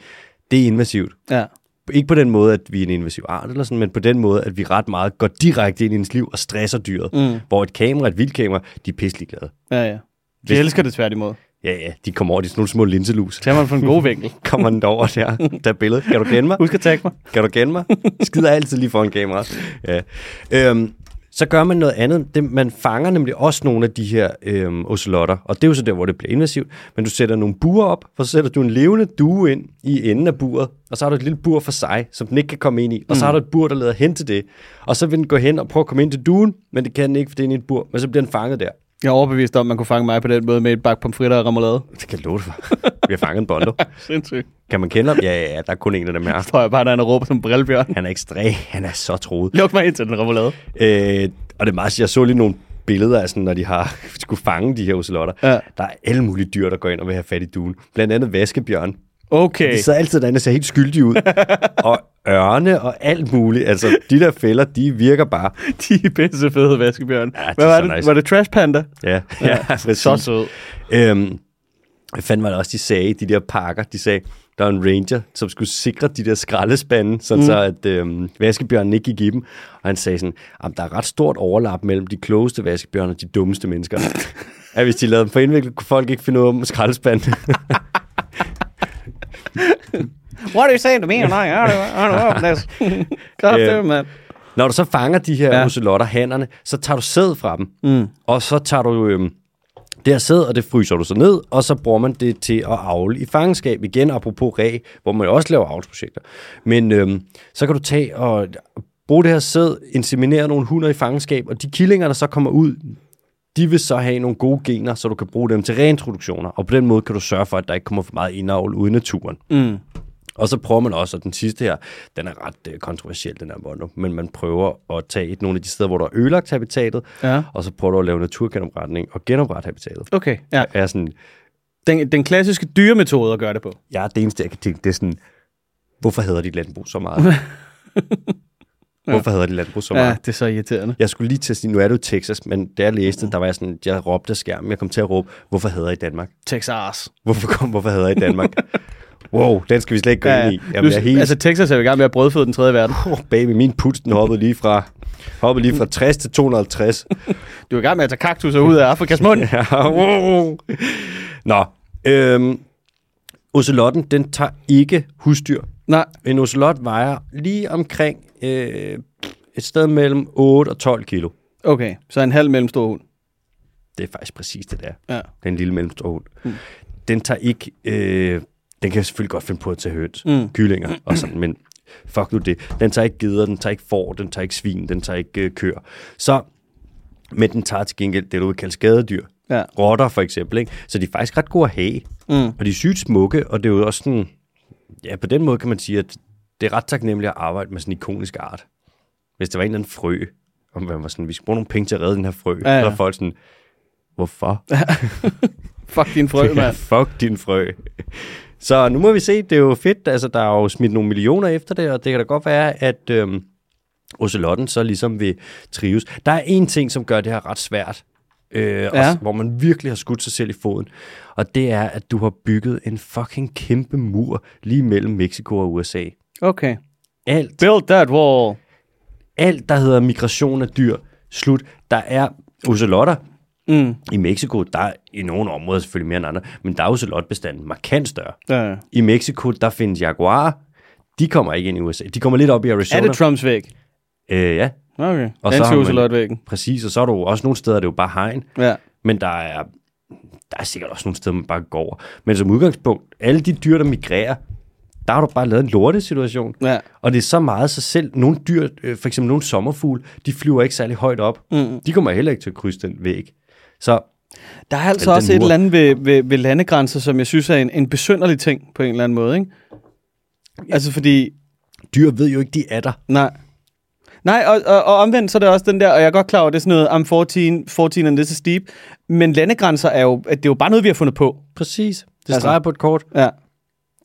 S1: det er invasivt.
S2: Ja.
S1: Ikke på den måde, at vi er en invasiv art, eller sådan, men på den måde, at vi ret meget går direkte ind i ens liv og stresser dyret.
S2: Mm.
S1: Hvor et kamera, et vildkamera, de er pisselig glade.
S2: ja, ja. De
S1: Hvis-
S2: elsker det tværtimod.
S1: Ja, ja, de kommer over, de er sådan nogle små linselus. (laughs)
S2: Tag mig på en god vinkel.
S1: Kommer den over der, der er billedet. Kan du kende mig?
S2: Husk at tagge mig.
S1: Kan du kende mig? Skider altid lige foran kameraet. Ja. Øhm, så gør man noget andet. Det, man fanger nemlig også nogle af de her øhm, ocelotter, og det er jo så der, hvor det bliver invasivt. Men du sætter nogle buer op, for så sætter du en levende due ind i enden af buret, og så har du et lille bur for sig, som den ikke kan komme ind i, og så har du et bur, der leder hen til det. Og så vil den gå hen og prøve at komme ind til duen, men det kan den ikke, for det er inde i et bur, men så bliver den fanget der.
S2: Jeg er overbevist om, at man kunne fange mig på den måde med et bakke pomfritter og remoulade.
S1: Det kan jeg love dig for. Vi har fanget en bondo.
S2: Sindssygt.
S1: Kan man kende ham? Ja, ja, ja, der er kun en af dem her.
S2: Står jeg bare derinde og råber som
S1: (laughs)
S2: en brillebjørn.
S1: Han er ekstrem. Han er så troet.
S2: Luk mig ind til den remoulade.
S1: Øh, og det er meget, jeg så lige nogle billeder af sådan, når de har (laughs) skulle fange de her ocelotter.
S2: Ja.
S1: Der er alle mulige dyr, der går ind og vil have fat i duen. Blandt andet vaskebjørn.
S2: Okay.
S1: De sidder altid derinde og ser helt skyldige ud. (laughs) og ørne og alt muligt. Altså, de der fælder, de virker bare.
S2: (laughs) De er pisse fede vaskebjørn.
S1: de er
S2: Ja, Hvad var
S1: så
S2: det?
S1: nice.
S2: Var det Trash Panda?
S1: Ja, (laughs) ja, præcis.
S2: Så sød.
S1: Øhm, hvad fanden var det også, de sagde, de der pakker, de sagde, der var en ranger, som skulle sikre de der skraldespande, sådan mm. så at øhm, vaskebjørnen ikke gik i dem. Og han sagde sådan, at der er ret stort overlap mellem de klogeste vaskebjørn og de dummeste mennesker. at hvis de lavede dem for indviklet, kunne folk ikke finde ud af skraldespanden.
S2: What are you saying to me? Nej, I don't, I don't know this. Kraft
S1: Ja.
S2: det, mand.
S1: Når du så fanger de her ja.
S2: Ja.
S1: ocelotter, hannerne, så tager du sæd fra dem, mm. og så tager du øhm, det her sæd, og det fryser du så ned, og så bruger man det til at avle i fangenskab igen, apropos ræ, hvor man jo også laver avlsprojekter. Men øhm, så kan du tage og bruge det her sæd, inseminere nogle hunder i fangenskab, og de killinger, der så kommer ud, de vil så have nogle gode gener, så du kan bruge dem til reintroduktioner, og på den måde kan du sørge for, at der ikke kommer for meget indavl ude i naturen.
S2: Mm.
S1: Og så prøver man også, og den sidste her, den er ret øh, kontroversiel, den her mono, men man prøver at tage et, nogle af de steder, hvor der er ødelagt habitatet,
S2: Ja.
S1: og så prøver du at lave naturgenopretning og genoprette habitatet.
S2: Okay, ja.
S1: Jeg er sådan,
S2: Den, den klassiske dyremetode at gøre det på.
S1: jeg er det eneste, jeg kan tænke, det er sådan, hvorfor hader de landbrug så
S2: (laughs)
S1: meget? hvorfor hader de landbrug så meget?
S2: Ja, det er så irriterende.
S1: Jeg skulle lige til at sige, nu er du i Texas, men da jeg
S2: Mm.
S1: læste, der var jeg sådan, jeg råbte af skærmen, jeg kom til at råbe, hvorfor hader I Danmark?
S2: Texas.
S1: Hvorfor, kom, hvorfor hader I Danmark? wow, den skal vi slet ikke gå
S2: Ja,
S1: ind i. Jamen, jeg er helt
S2: Altså, Texas er jo i gang med at brødføde den tredje verden.
S1: Åh, oh, baby, min puls, den hoppede lige fra, hoppede lige fra 60 til
S2: (laughs)
S1: 250.
S2: Du er i gang med at tage kaktuser ud af Afrikas mund.
S1: Ja, wow. Nå, øhm, ocelotten, den tager ikke husdyr.
S2: Nej.
S1: En ocelot vejer lige omkring øh, et sted mellem 8 og 12 kilo.
S2: Okay, så en halv mellemstor hund.
S1: Det er faktisk præcis det, der.
S2: Ja.
S1: Den lille mellemstor hund. Mm. Den tager ikke... Øh, den kan selvfølgelig godt finde på at tage høns, mm. kyllinger og sådan, men fuck nu det. Den tager ikke geder, den tager ikke får, den tager ikke svin, den tager ikke øh, køer. Så, men den tager til gengæld det, du vil kalde skadedyr.
S2: Ja.
S1: Rotter for eksempel, ikke? Så de er faktisk ret gode at have. Mm. Og de er sygt smukke, og det er jo også sådan... Ja, på den måde kan man sige, at det er ret taknemmeligt at arbejde med sådan en ikonisk art. Hvis der var en eller anden frø, og man var sådan, vi skal bruge nogle penge til at redde den her frø, ja,
S2: Ja,
S1: ja.
S2: ja.
S1: så er folk sådan, hvorfor?
S2: Fuck din frø,
S1: (laughs) Ja,
S2: mand.
S1: fuck din frø. Så nu må vi se, det er jo fedt, altså der er jo smidt nogle millioner efter det, og det kan da godt være, at øhm, Ocelotten så ligesom vil trives. Der er en ting, som gør det her ret svært, øh, ja.
S2: Ja.
S1: også, hvor man virkelig har skudt sig selv i foden, og det er, at du har bygget en fucking kæmpe mur lige mellem Mexico og USA.
S2: Okay.
S1: Alt
S2: Build that wall.
S1: alt, der hedder migration af dyr, slut. Der er ocelotter
S2: Mm.
S1: i Mexico. Der er i nogle områder selvfølgelig mere end andre, men der er ocelotbestanden markant større.
S2: Ja. ja.
S1: I Mexico, der findes jaguarer. De kommer ikke ind i USA. De kommer lidt op i
S2: Er
S1: Arizona.
S2: det Trumps væg?
S1: øh, ja,
S2: Okay.
S1: Og
S2: Og
S1: så
S2: den
S1: har man-
S2: til Ocelot-væggen.
S1: præcis. Og så er der jo også nogle steder, det er jo bare hegn.
S2: Ja.
S1: Men der er, der er sikkert også nogle steder, man bare går over. Men som udgangspunkt, alle de dyr, der migrerer, der har du bare lavet en lortesituation.
S2: Ja.
S1: Og det er så meget sig selv. Nogle dyr, øh, for eksempel nogle sommerfugle, de flyver ikke særlig højt op. Mm. De kommer heller ikke til at krydse den væg. Så
S2: Der er altså
S1: Den
S2: også et
S1: mur.
S2: eller andet ved, ved, ved landegrænser, som jeg synes er en, en besynderlig ting på en eller anden måde, ikke? Altså fordi,
S1: dyr ved jo ikke, de er der.
S2: nej. Nej, og, og, og omvendt, så er det også den der, og jeg er godt klar over, at det er sådan noget, I'm 14, 14 and this is deep, men landegrænser er jo, at det er jo bare noget, vi har fundet på.
S1: Præcis. Det
S2: Altså-
S1: streger på et kort.
S2: Ja.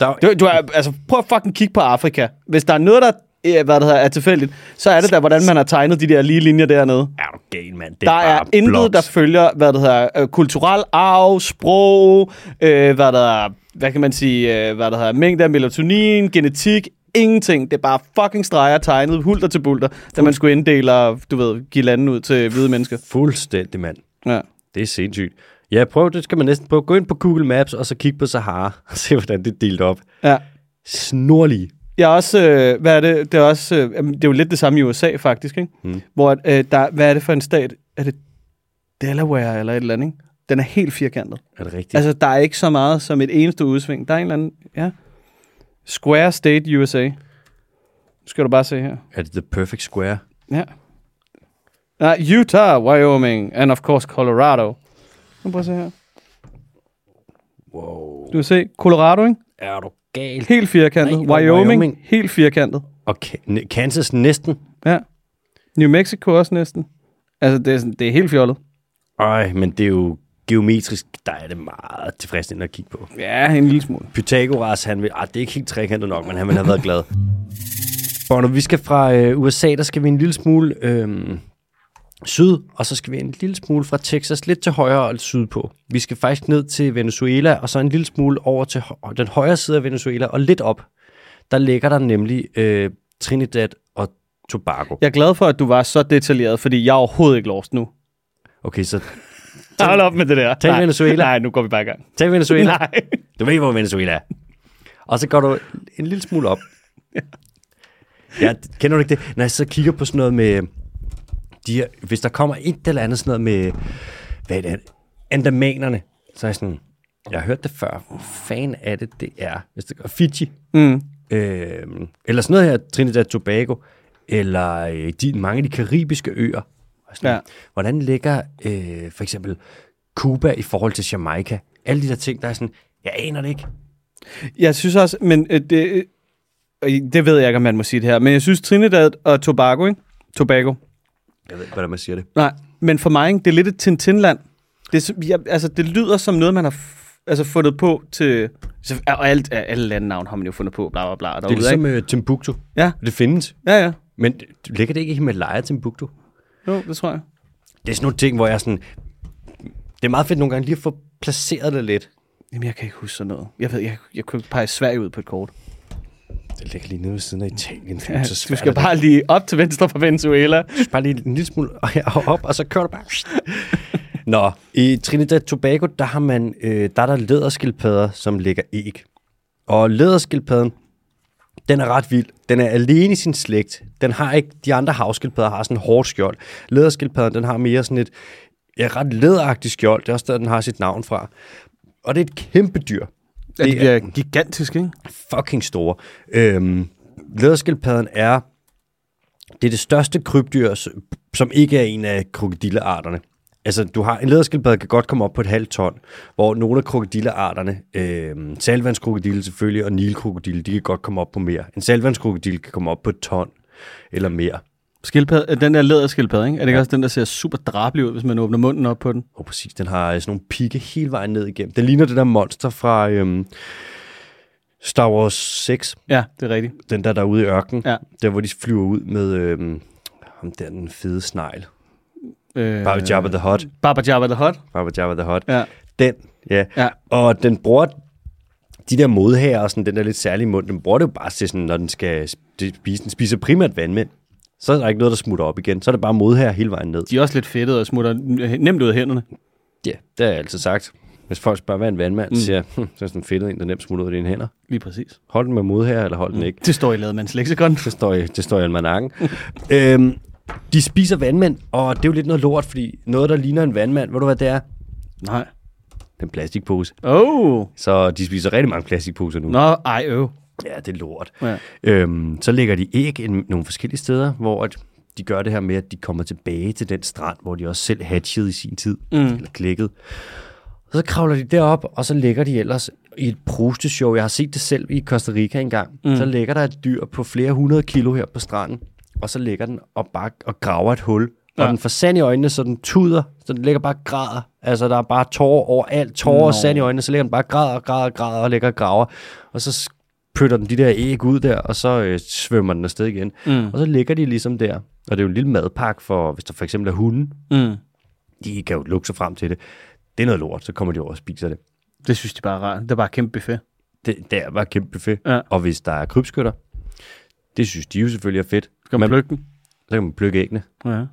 S1: Der er,
S2: Du, du er, altså, prøv at fucking kigge på Afrika. Hvis der er noget, der øh, hvad det hedder, er tilfældigt, så er det der, hvordan man har tegnet de der lige linjer dernede.
S1: er du gal, mand? Det
S2: Der er
S1: bare
S2: intet,
S1: bloks.
S2: der følger, hvad det hedder, øh, kulturel arv, sprog, øh, hvad der er, hvad kan man sige, øh, hvad der hedder, mængde af melatonin, genetik, ingenting. Det er bare fucking streger tegnet hulter til bulter, da man skulle inddele og, du ved, give landen ud til hvide mennesker.
S1: Fuldstændig, mand.
S2: Ja.
S1: Det er sindssygt. Ja, prøv, det skal man næsten på. Gå ind på Google Maps, og så kig på Sahara, (laughs) og se, hvordan det er delt op.
S2: ja.
S1: Snorlige.
S2: Jeg er også, øh, hvad er det, det er også, øh, jamen, det er jo lidt det samme i USA faktisk, ikke? Mm. Hvor, øh, der, hvad er det for en stat? Er det Delaware eller et eller andet, ikke? Den er helt firkantet.
S1: Er det rigtigt?
S2: Altså, der er ikke så meget som et eneste udsving. Der er en eller anden, ja. Square State USA. Nu skal du bare se her.
S1: Er det The Perfect Square?
S2: Ja. Nej, Utah, Wyoming, and of course Colorado. Nu prøv at se her.
S1: Wow.
S2: Du kan se Colorado, ikke?
S1: Er du gal?
S2: Helt firkantet.
S1: Nej, hvor er
S2: Wyoming,
S1: Wyoming.
S2: Wyoming, helt firkantet.
S1: Og Ka- N- Kansas næsten.
S2: Ja. New Mexico også næsten. Altså, det er, sådan, det er helt fjollet.
S1: Ej, men det er jo geometrisk, der er det meget tilfredsstillende at kigge på.
S2: Ja, en lille smule.
S1: Pythagoras, han vil... Ah, det er ikke helt trekantet nok, men han ville have været glad. Og når vi skal fra øh, USA, der skal vi en lille smule øh, syd, og så skal vi en lille smule fra Texas lidt til højre og lidt sydpå. Vi skal faktisk ned til Venezuela, og så en lille smule over til hø- den højre side af Venezuela, og lidt op. Der ligger der nemlig øh, Trinidad og Tobago.
S2: Jeg er glad for, at du var så detaljeret, fordi jeg er overhovedet ikke lost nu.
S1: Okay, så
S2: Hold op med det der.
S1: Tag
S2: Nej.
S1: Venezuela.
S2: Nej, nu går vi bare i gang.
S1: tag Venezuela.
S2: Nej.
S1: Du ved, hvor Venezuela er. Og så går du en lille smule op. (laughs) Ja, d- kender du ikke det? Når jeg så kigger på sådan noget med... De her, hvis der kommer et eller andet sådan noget med... Hvad er det? Andamanerne. Så er jeg sådan... Jeg har hørt det før. Hvor fan er det, det er? Hvis det går Fiji.
S2: Mm.
S1: Øh, eller sådan noget her, Trinidad Tobago. Eller øh, de, mange af de karibiske øer. Og sådan,
S2: Ja.
S1: ja. Hvordan ligger øh, for eksempel Cuba i forhold til Jamaica? Alle de der ting, der er sådan... Jeg aner det ikke.
S2: Jeg synes også, men øh, det, øh, og i- det ved jeg ikke, om man må sige det her, men jeg synes Trinidad og Tobago, ikke? Tobago.
S1: Jeg ved ikke, hvordan man siger det.
S2: Nej, men for mig, ikke? det er lidt et Tintinland. Det, er som- jeg, altså, det lyder som noget, man har f- altså, fundet på til... så- Og alt, øh, alle landenavn har man jo fundet på, bla bla bla.
S1: Det
S2: Derude,
S1: er ligesom uh, Timbuktu.
S2: Ja,
S1: Det findes.
S2: ja, ja.
S1: Men det- ligger det ikke i Himalaya, Timbuktu?
S2: Jo, det tror jeg.
S1: Det er sådan nogle ting, hvor jeg er sådan... Det er meget fedt nogle gange lige at få placeret det lidt.
S2: Jamen, jeg kan ikke huske sådan noget. Jeg ved, jeg, jeg kunne ikke pege Sverige ud på et kort.
S1: Det ligger lige nede ved siden af Italien. Det er
S2: Ja,
S1: så
S2: du
S1: svært
S2: skal
S1: at-
S2: bare lige op til venstre fra Venezuela.
S1: bare lige en lille smule (laughs) op, og så kører du bare... Nå, i Trinidad Tobago, der, har man, øh, der er der læderskildpadder, som lægger æg. Og læderskildpadden, den er ret vild. Den er alene i sin slægt. Den har ikke, de andre havskildpadder har sådan en hårdt skjold. Læderskildpadden, den har mere sådan et ja, ret læderagtigt skjold. Det er også der, den har sit navn fra. Og det er et kæmpe dyr.
S2: Ja, det bliver gigantisk, ikke?
S1: fucking store. Øhm, læderskildpadden er det er det største krybdyr, s- som ikke er en af krokodillearterne. Altså, du har, en læderskildpadde kan godt komme op på et halvt ton, hvor nogle af krokodillearterne, øh, salvandskrokodille selvfølgelig, og nilkrokodille, de kan godt komme op på mere. En salvandskrokodille kan komme op på et ton eller mere.
S2: Skildpadde, øh, den der læderskildpadde, ikke? Er det ikke også den, der ser super drabelig ud, hvis man åbner munden op på den?
S1: Og præcis, den har øh, sådan nogle pigge hele vejen ned igennem. Den ligner det der monster fra øh, Star Wars 6,
S2: Ja, det er rigtigt.
S1: den der der er ude i ørkenen,
S2: Ja.
S1: der hvor de flyver ud med øh, ham der den fede snegl.
S2: Øh,
S1: Baba Jabba the Hutt.
S2: Baba Jabba the Hutt.
S1: Baba Jabba the Hutt.
S2: Ja.
S1: Den, ja.
S2: Ja.
S1: Og den bruger de der modhager og sådan den der lidt særlige mund, den bruger det jo bare til sådan, når den skal spise. Den spiser primært vandmænd. Så er der ikke noget, der smutter op igen. Så er det bare modhager hele vejen ned.
S2: De er også lidt fedtede og smutter n- nemt ud af hænderne.
S1: Ja, det har jeg altid sagt. Hvis folk spørger, hvad er en vandmand, mm. så siger jeg, hm, så er sådan en fedtet en, der nemt smutter ud af dine hænder.
S2: Lige præcis.
S1: Hold den med modhager, eller hold den ikke.
S2: Det står i Lademands leksikon.
S1: Det står i, det står i almanakken. (laughs) øhm, de spiser vandmænd, og det er jo lidt noget lort, fordi noget, der ligner en vandmand, ved du hvad det er?
S2: Nej.
S1: Den plastikpose.
S2: Oh.
S1: Så de spiser rigtig mange plastikposer nu.
S2: Nå, ej, øv.
S1: Ja, det er lort.
S2: Ja.
S1: Øhm, så lægger de æg en, nogle forskellige steder, hvor at de gør det her med, at de kommer tilbage til den strand, hvor de også selv hatchede i sin tid, mm. eller klækkede. Og så kravler de derop, og så ligger de ellers i et prosteshow. Jeg har set det selv i Costa Rica engang. Mm. Så ligger der et dyr på flere hundrede kilo her på stranden, og så ligger den og, bare, og graver et hul. Og
S2: Ja.
S1: den får sand i øjnene, så den tuder, så den ligger bare og græder. Altså, der er bare tårer overalt, tårer
S2: Nå.
S1: og sand i øjnene, så ligger den bare og græder og græder og græder og ligger og graver. Og så s- pøtter den de der æg ud der, og så øh, svømmer den afsted igen.
S2: Mm.
S1: Og så ligger de ligesom der. Og det er jo en lille madpakke for, hvis der for eksempel er hunden,
S2: Mm.
S1: de kan jo lukke sig frem til det. Det er noget lort, så kommer de over og spiser det.
S2: Det synes de bare er rart. Det er bare kæmpe buffet.
S1: Det, det er bare kæmpe buffet.
S2: Ja.
S1: Og hvis der er krybskytter, det synes de jo selvfølgelig er fedt.
S2: Skal man
S1: Men-
S2: plukke den?
S1: Så kan man plukke æggene.
S2: Ja.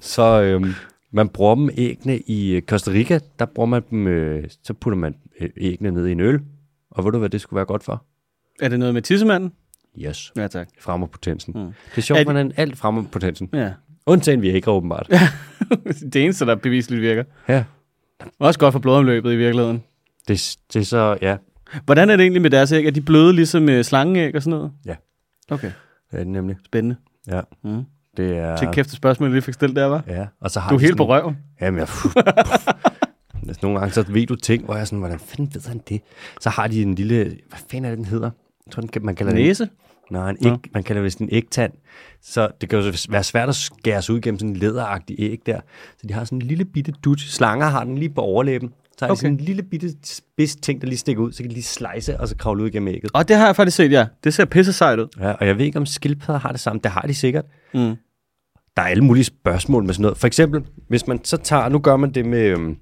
S1: Så øhm, man bruger dem æggene i øh, Costa Rica, der bruger man dem, øh, så putter man øh, æggene ned i en øl. Og ved du, hvad det skulle være godt for?
S2: Er det noget med tissemanden?
S1: Yes.
S2: Ja, tak.
S1: Fremmer potensen.
S2: Mm.
S1: Mm. Det er sjovt,
S2: Er
S1: at man alt fremmer potensen.
S2: Ja. (laughs)
S1: Undtagen vi ikke åbenbart.
S2: det eneste, der bevisligt virker.
S1: Ja.
S2: Også godt for blodomløbet i virkeligheden.
S1: Det, det er så, ja,
S2: Hvordan er det egentlig med deres æg? Er de bløde ligesom øh, slangeæg og sådan noget?
S1: Ja.
S2: Okay,
S1: det er det nemlig.
S2: spændende.
S1: Ja.
S2: Mm.
S1: Det er...
S2: Til kæft et spørgsmål, jeg lige fik stillet der, var.
S1: Ja, og så har
S2: Du er
S1: de
S2: helt
S1: sådan-
S2: på røven.
S1: Jamen, jeg... (laughs) Altså, Nogle gange så ved du ting, hvor jeg er sådan, hvordan fanden ved han det? Så har de en lille, hvad fanden er det, den hedder? Jeg tror, den, kan- man kalder det
S2: Næse?
S1: Nej, en
S2: Nå.
S1: æg, man kalder det vist en ægtand. Så det kan jo så være svært at skære sig ud gennem sådan en læderagtig æg der. Så de har sådan en lille bitte dut. Slanger har den lige på overlæben. Så har okay.
S2: Okay.
S1: de sådan en lille bitte spids ting, der lige stikker ud. Så kan de lige slice og så kravle ud gennem ægget.
S2: Og det har jeg faktisk set, ja. Det ser pisse sejt ud.
S1: Ja, og jeg ved ikke, om skildpadder har det samme. Det har de sikkert.
S2: Mm.
S1: Der er alle mulige spørgsmål med sådan noget. For eksempel, hvis man så tager, nu gør man det med øhm,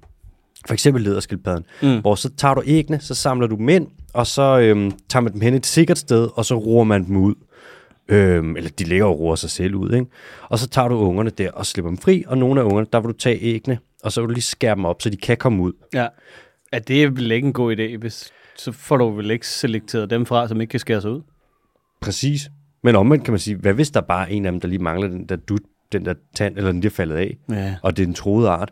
S1: for eksempel lederskildpadden, mm. hvor så tager du æggene, så samler du dem ind, og så øhm, tager man dem hen et sikkert sted, og så roer man dem ud. Øhm, eller de ligger og roer sig selv ud, ikke? Og så tager du ungerne der og slipper dem fri, og nogle af ungerne, der vil du tage æggene, og så vil du lige skære dem op, så de kan komme ud.
S2: Ja. ja, det er vel ikke en god idé, hvis så får du vel ikke selekteret dem fra, som ikke kan skære sig ud.
S1: Præcis. Men omvendt kan man sige, hvad hvis der bare er en af dem, der lige mangler den der dut, den der tand, eller den lige er faldet af?
S2: Ja.
S1: og det er en troet art.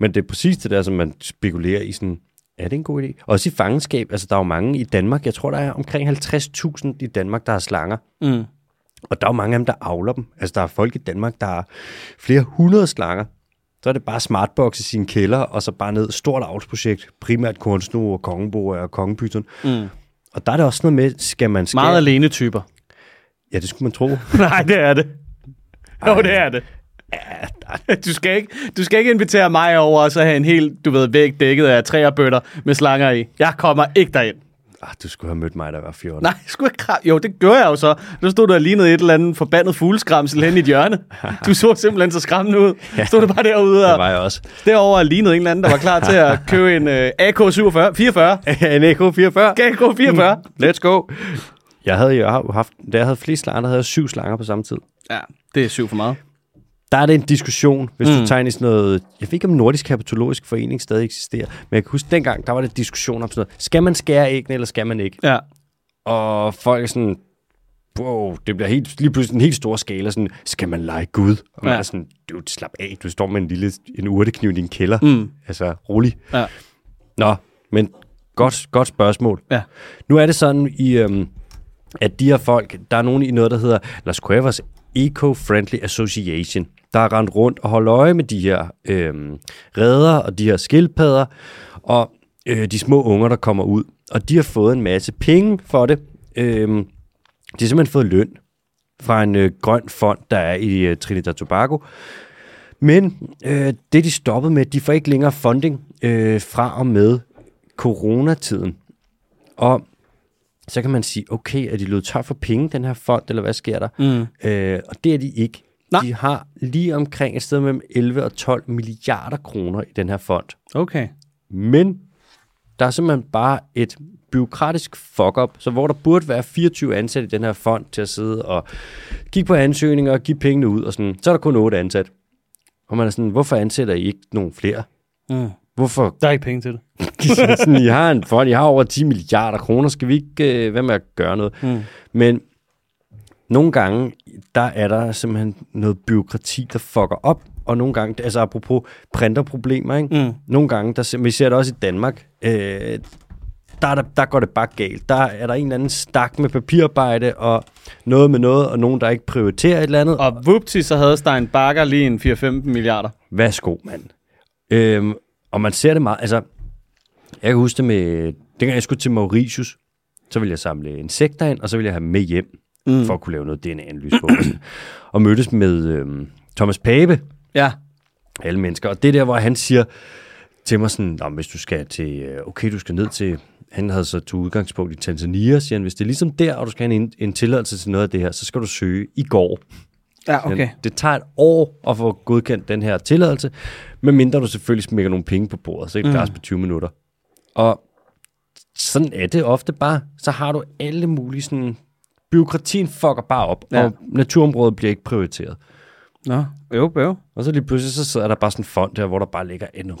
S1: Men det er præcis det der, som man spekulerer i sådan, er det en god idé? Også i fangenskab, altså der er jo mange i Danmark, jeg tror der er omkring 50.000 i Danmark, der har slanger.
S2: Mm.
S1: Og der er jo mange af dem, der avler dem. Altså der er folk i Danmark, der har flere hundrede slanger. Så er det bare smartbox i sine kælder, og så bare ned stort avlsprojekt. Primært kornsno og kongebord og kongebytteren.
S2: Mm.
S1: Og der er det også noget med, skal man skære...
S2: Meget alene typer.
S1: Ja, det skulle man tro.
S2: (laughs) Nej, det er det. Jo, det er det. Du skal, ikke, du skal ikke invitere mig over og så have en helt, du ved, væg dækket af træerbøtter med slanger i. Jeg kommer ikke derind.
S1: Ah, du skulle have mødt mig, der var 14.
S2: Nej, skulle jeg krav... Jo, det gør jeg jo så. Nu stod der og lignede et eller andet forbandet fugleskramsel hen i et (laughs) hjørne. Du så simpelthen så skræmmende ud. Stod du bare derude
S1: Det
S2: og
S1: var jeg også.
S2: derovre og lignede en eller anden, der var klar til at købe en øh, AK-44. 44.
S1: (laughs) en EK44.
S2: AK-44.
S1: Let's go. Jeg havde jo har- haft, da jeg havde flest slanger, der havde jeg syv slanger på samme tid.
S2: Ja, det er syv for meget.
S1: Der er det en diskussion, hvis mm. du tager ind i sådan noget, jeg ved ikke om Nordisk Herpetologisk Forening stadig eksisterer, men jeg kan huske dengang, der var det en diskussion om sådan noget, skal man skære æggene, eller skal man ikke?
S2: Ja.
S1: Og folk er sådan, wow, det bliver helt, lige pludselig en helt stor skala, sådan, skal man lege Gud? Og man
S2: Ja.
S1: ja. er sådan, du slap af, du står med en lille en urtekniv i din kælder. Mm. Altså, rolig.
S2: Ja.
S1: Nå, men godt, godt spørgsmål.
S2: Ja.
S1: Nu er det sådan, i, øhm, at de her folk, der er nogen i noget, der hedder Las Cuevas Eco-Friendly Association, der har rendt rundt og holdt øje med de her øhm, redder og de her skildpadder og øh, de små unger, der kommer ud. Og de har fået en masse penge for det. Øhm, de har simpelthen fået løn fra en øh, grøn fond, der er i øh, Trinidad og Tobago. Men øh, det, de stoppede med, de får ikke længere funding øh, fra og med coronatiden. Og så kan man sige, okay, er de løbet tør for penge, den her fond, eller hvad sker der? Mm. Øh, og det er de ikke.
S2: Nej.
S1: De har lige omkring et sted mellem 11 og 12 milliarder kroner i den her fond.
S2: Okay.
S1: Men der er simpelthen bare et byråkratisk fuck-up, så hvor der burde være 24 ansatte i den her fond til at sidde og kigge på ansøgninger og give pengene ud, og sådan, så er der kun 8 ansat. Og man er sådan, hvorfor ansætter I ikke nogen flere?
S2: Mm.
S1: Hvorfor
S2: Der er ikke penge til det.
S1: (laughs) sådan, I har en fond, I har over 10 milliarder kroner, skal vi ikke øh, være med at gøre noget? Mm. Men nogle gange, der er der simpelthen noget byråkrati, der fucker op, og nogle gange, altså apropos printerproblemer, ikke?
S2: Mm.
S1: nogle gange, der, ser- vi ser det også i Danmark, øh, der, er der, der går det bare galt. Der er der en eller anden stak med papirarbejde, og noget med noget, og nogen, der ikke prioriterer et eller andet.
S2: Og vupti, så havde Stein Bakker lige en 4-15 milliarder.
S1: Værsgo, mand. Øhm, og man ser det meget, altså, jeg kan huske det med, dengang jeg skulle til Mauritius, så ville jeg samle insekter ind, og så ville jeg have dem med hjem. mm. for at kunne lave noget DNA-analyse på. (clears throat) og mødtes med øhm, Thomas Pape,
S2: Ja.
S1: alle mennesker. Og det er der, hvor han siger til mig sådan, Nå, men hvis du skal til, øh, okay, du skal ned til, han havde så til udgangspunkt i Tanzania, siger han, hvis det er ligesom der, og du skal have en, en tilladelse til noget af det her, så skal du søge i går.
S2: Ja,
S1: Men
S2: okay.
S1: Det tager et år at få godkendt den her tilladelse, medmindre du selvfølgelig smækker nogle penge på bordet, så ikke mm. på 20 minutter. Og sådan er det ofte bare. Så har du alle mulige sådan... Byråkratien fucker bare op, ja.
S2: Ja.
S1: og naturområdet bliver ikke prioriteret.
S2: Nå, jo, jo.
S1: Og så lige pludselig, så sidder der bare sådan en fond der, hvor der bare ligger en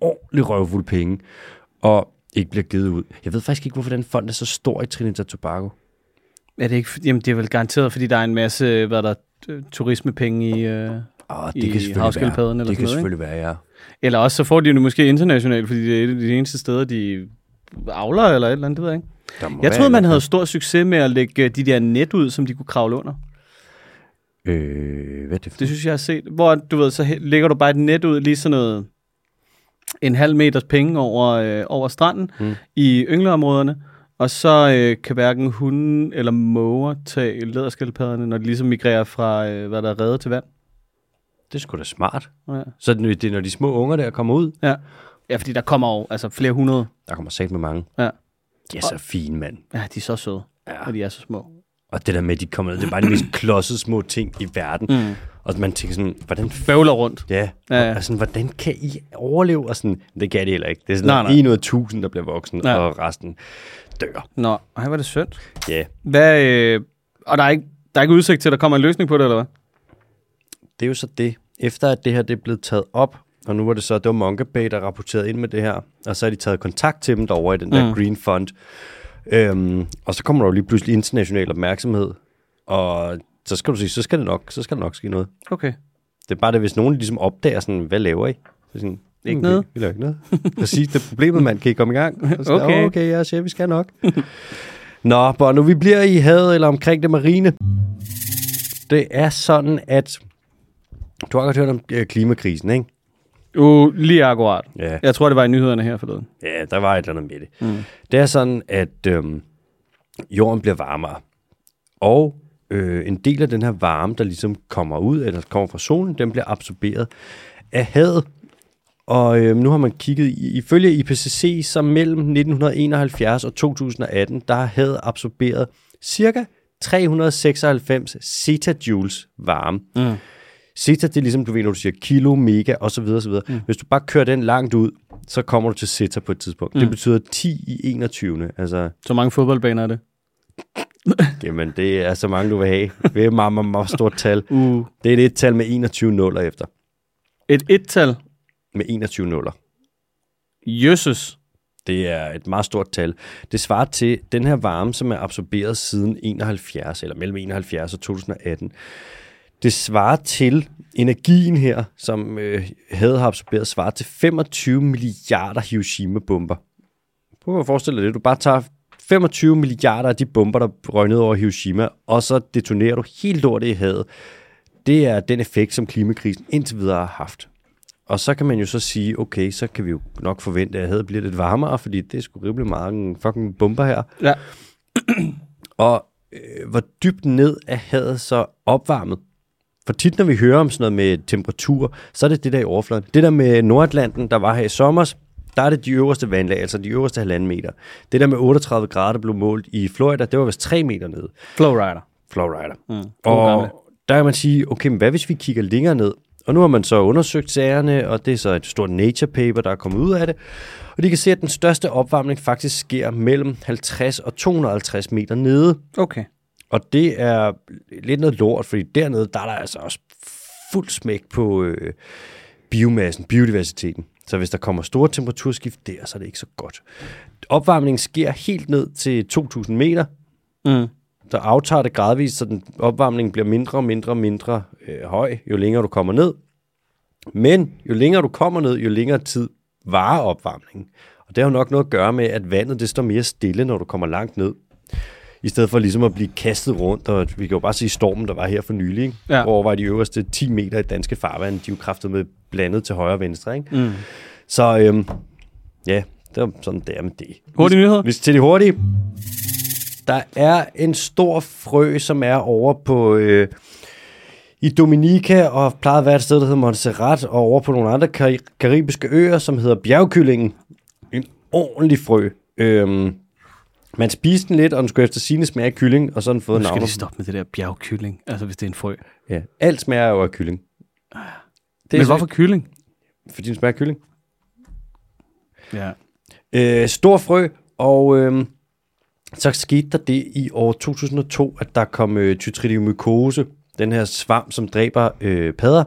S1: ordentlig røvfuld penge, og ikke bliver givet ud. Jeg ved faktisk ikke, hvorfor den fond er så stor i Trinidad og Tobago.
S2: Er det ikke, jamen, det er vel garanteret, fordi der er en masse, hvad der er, øh, turismepenge i... Øh,
S1: Åh, det
S2: I
S1: kan selvfølgelig være.
S2: havskildpadden eller
S1: Det
S2: sådan
S1: kan
S2: noget,
S1: selvfølgelig være, ja.
S2: eller også så får de det måske internationalt, fordi det er et af de eneste steder, de avler eller et eller andet, det ved jeg ikke.
S1: Der må
S2: Jeg
S1: være
S2: troede,
S1: en-
S2: man havde stor succes med at lægge øh, de der net ud, som de kunne kravle under.
S1: Øh, hvad er det for
S2: Det synes jeg, jeg har set. Hvor, du ved, så he- lægger du bare et net ud, lige sådan noget en halv meters penge over, øh, over stranden
S1: Mm.
S2: mm. i yngleområderne, og så øh, kan hverken hunden eller måger tage læderskildpadderne, når de ligesom migrerer fra, øh, hvad der er reddet til vand.
S1: Det er sgu da smart.
S2: Ja.
S1: Så det er- det er, når de små unger der kommer ud,
S2: ja. ja, fordi der kommer jo altså, flere hundrede.
S1: der kommer sat med mange.
S2: Ja.
S1: De er så fine, mand.
S2: ja, de er så søde,
S1: Ja.
S2: ja. og de er så små.
S1: Og det der med, at de kommer ned, det er bare de
S2: (clears throat)
S1: mest klodsede små ting i verden. Mm. Og man tænker sådan, hvordan... F-
S2: Bøvler rundt.
S1: ja,
S2: Ja, ja.
S1: Og sådan, hvordan kan I overleve? Og sådan, det kan de heller ikke. Det er sådan,
S2: Nej,
S1: nej,
S2: nej.
S1: nej. en ud af tusind, der bliver voksen,
S2: Ja.
S1: ja. og resten dør.
S2: Nå, ej, var det sødt.
S1: Ja,
S2: Hvad, øh, og der er, ikke, der er ikke udsigt til, at der kommer en løsning på det, eller hvad?
S1: det er jo så det. Efter at det her det er blevet taget op, og nu var det så, det var Monke Bay, der rapporterede ind med det her, og så har de taget kontakt til dem derovre i den der mm. Green Fund. Øhm, og så kommer der jo lige pludselig international opmærksomhed, og så skal du sige, så skal det nok, så skal der nok ske noget.
S2: Okay.
S1: Det er bare det, hvis nogen ligesom opdager sådan, hvad laver I? Så sådan,
S2: Ikke
S1: "Mm,
S2: noget."
S1: Vi, vi laver ikke noget. (laughs) Præcis, det er problemet, mand. Kan I komme i gang? Og sådan,
S2: Okay.
S1: "Åh, Okay, ja, chef, vi skal nok. Nå, bare nu vi bliver i havet eller omkring det marine. Det er sådan, at du har godt hørt om øh, klimakrisen, ikke?
S2: Uh, lige akkurat.
S1: Ja.
S2: Jeg tror, det var i nyhederne her forleden.
S1: Ja, der var et eller andet med det. Mm. Det er sådan, at øhm, jorden bliver varmere. Og øh, en del af den her varme, der ligesom kommer ud, eller kommer fra solen, den bliver absorberet af havet. Og øh, nu har man kigget, i- ifølge IPCC, så mellem 1971 og 2018, der har havet absorberet cirka 396 zetajoules varme. Mm. Zeta, det er ligesom, du ved, når du siger kilo, mega osv. osv. Mm. Hvis du bare kører den langt ud, så kommer du til zeta på et tidspunkt. Mm. Det betyder 10 i 21. Altså,
S2: Så mange fodboldbaner er det.
S1: Jamen, det er så mange, du vil have. Det er et meget, meget, meget stort tal.
S2: Uh.
S1: Det er det et tal med 21 nuller efter.
S2: Et et-tal.
S1: Med 21 nuller.
S2: Jøsses.
S1: Det er et meget stort tal. Det svarer til den her varme, som er absorberet siden 71, eller mellem 71 og 2018. Det svarer til energien her, som øh, havde har absorberet, svarer til 25 milliarder Hiroshima-bomber. Prøv at forestille dig det. Du bare tager 25 milliarder af de bomber, der røg ned over Hiroshima, og så detonerer du helt lortet i havet. Det er den effekt, som klimakrisen indtil videre har haft. Og så kan man jo så sige, okay, så kan vi jo nok forvente, at havet bliver lidt varmere, fordi det er sgu rimelig mange fucking bomber her.
S2: Ja.
S1: Og øh, hvor dybt ned er havet så opvarmet? For tit, når vi hører om sådan noget med temperaturer, så er det det der i overfladen. Det der med Nordatlanten, der var her i sommer, der er det de øverste vandlag, altså de øverste halvanden meter. Det der med 38 grader, der blev målt i Florida, det var vist 3 meter nede.
S2: Flowrider.
S1: Flowrider. Mm,
S2: gamle.
S1: og der kan man sige, okay, men hvad hvis vi kigger længere ned? Og nu har man så undersøgt sagerne, og det er så et stort nature paper, der er kommet ud af det. Og de kan se, at den største opvarmning faktisk sker mellem 50 og 250 meter nede.
S2: Okay.
S1: Og det er lidt noget lort, fordi dernede, der er der altså også fuld smæk på øh, biomassen, biodiversiteten. Så hvis der kommer store temperaturskift der, så er det ikke så godt. Opvarmningen sker helt ned til 2000 meter,
S2: Mm.
S1: der aftager det gradvist, så den opvarmning bliver mindre og mindre og mindre øh, høj, jo længere du kommer ned. Men jo længere du kommer ned, jo længere tid varer opvarmningen. Og det har jo nok noget at gøre med, at vandet det står mere stille, når du kommer langt ned. I stedet for ligesom at blive kastet rundt, og vi kan jo bare se stormen, der var her for nylig, ikke?
S2: Ja.
S1: hvor var de øverste 10 meter i danske farvand, de er jo kraftet med blandet til højre og venstre. Ikke? Mm. Så øhm, ja, det var sådan der med det.
S2: Hurtige nyheder.
S1: Hvis til de hurtige, Der er en stor frø, som er over på... Øh, i Dominica og plejede at være et sted, der hedder Montserrat, og over på nogle andre kar- karibiske øer, som hedder bjergkyllingen. En ordentlig frø. Øhm, man spiste den lidt, og den skulle efter sine smage af kylling, og så har den fået
S2: Nu skal de
S1: navnet.
S2: stoppe med det der bjergkylling, altså hvis det er en frø.
S1: Ja, alt smager jo af kylling. Det er
S2: Men hvorfor kylling?
S1: Fordi den smager af kylling.
S2: Ja.
S1: øh, stor frø, og øh, så skete der det i år 2002, at der kom øh, tytridiomykose, den her svamp, som dræber øh, padder.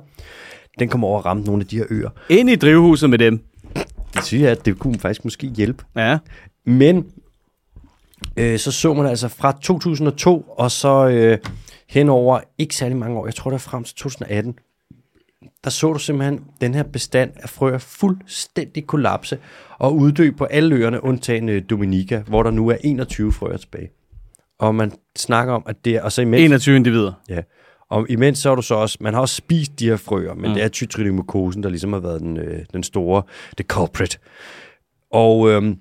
S1: Den kom over og ramte nogle af de her øer.
S2: Ind i drivhuset med dem.
S1: Det siger jeg, at det kunne faktisk måske hjælpe.
S2: Ja.
S1: Men øh, så så man altså fra 2002 og så øh, henover ikke særlig mange år, jeg tror det er frem til 2018, der så du simpelthen den her bestand af frøer fuldstændig kollapse og uddø på alle øerne, undtagen øh, Dominica, hvor der nu er 21 frøer tilbage. Og man snakker om, at det er... Og så imens,
S2: 21 individer.
S1: ja, og imens så har du så også... Man har også spist de her frøer, men mm. det er tytridomokosen, der ligesom har været den, øh, den store... The culprit. Og øhm,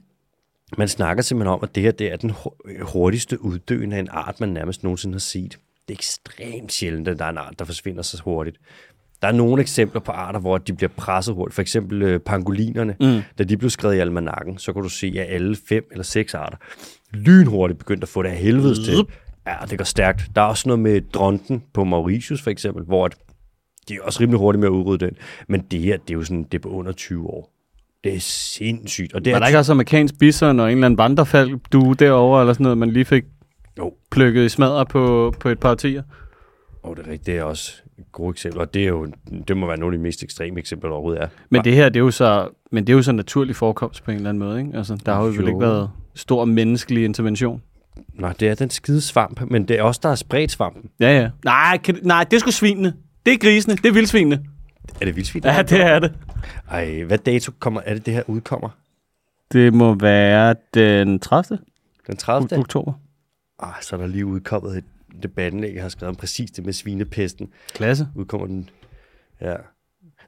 S1: man snakker simpelthen om, at det her det er den hu- øh, hurtigste uddøen af en art, man nærmest nogensinde har set. Det er ekstremt sjældent, at der er en art, der forsvinder så hurtigt. Der er nogle eksempler på arter, hvor de bliver presset hurtigt. For eksempel øh, pangolinerne. Mm. Da de blev skrevet i almanakken, så kunne du se, at alle fem eller seks arter lynhurtigt begyndte at få det af helvedes til. Ja, det går stærkt. Der er også noget med dronten på Mauritius for eksempel, hvor at de er også rimelig hurtigt med at udrydde den. Men det her, det er jo sådan, det er på under 20 år. Det er sindssygt. Og det
S2: Var
S1: er
S2: der ikke også amerikansk bison og en eller anden vandrefald du derovre, eller sådan noget, man lige fik
S1: Jo.
S2: plukket i smadret på, på et par årtier?
S1: Oh, det er rigtigt. Det er også et gode eksempel, og det, er jo, det må være nogle af de mest ekstreme eksempler, der overhovedet er.
S2: Men det her, det er jo så, men det er jo så naturlig forekomst på en eller anden måde, ikke? Altså, der har jo, jo.
S1: Jo.
S2: ikke været stor menneskelig intervention.
S1: Nej, det er den skide svamp, men det er også der er spredt svampen.
S2: Ja, ja. Nej, kan, det- nej, det er sgu svinene. Det er grisene. Det er vildsvinene.
S1: Er det vildsvin?
S2: Ja, det er det.
S1: Ej, hvad dato kommer, er det det her udkommer?
S2: Det må være den 30.
S1: Den 30.
S2: oktober.
S1: Ah, så er der lige udkommet et debattenlæg, jeg har skrevet om præcis det med svinepesten.
S2: Klasse.
S1: Udkommer den... Ja.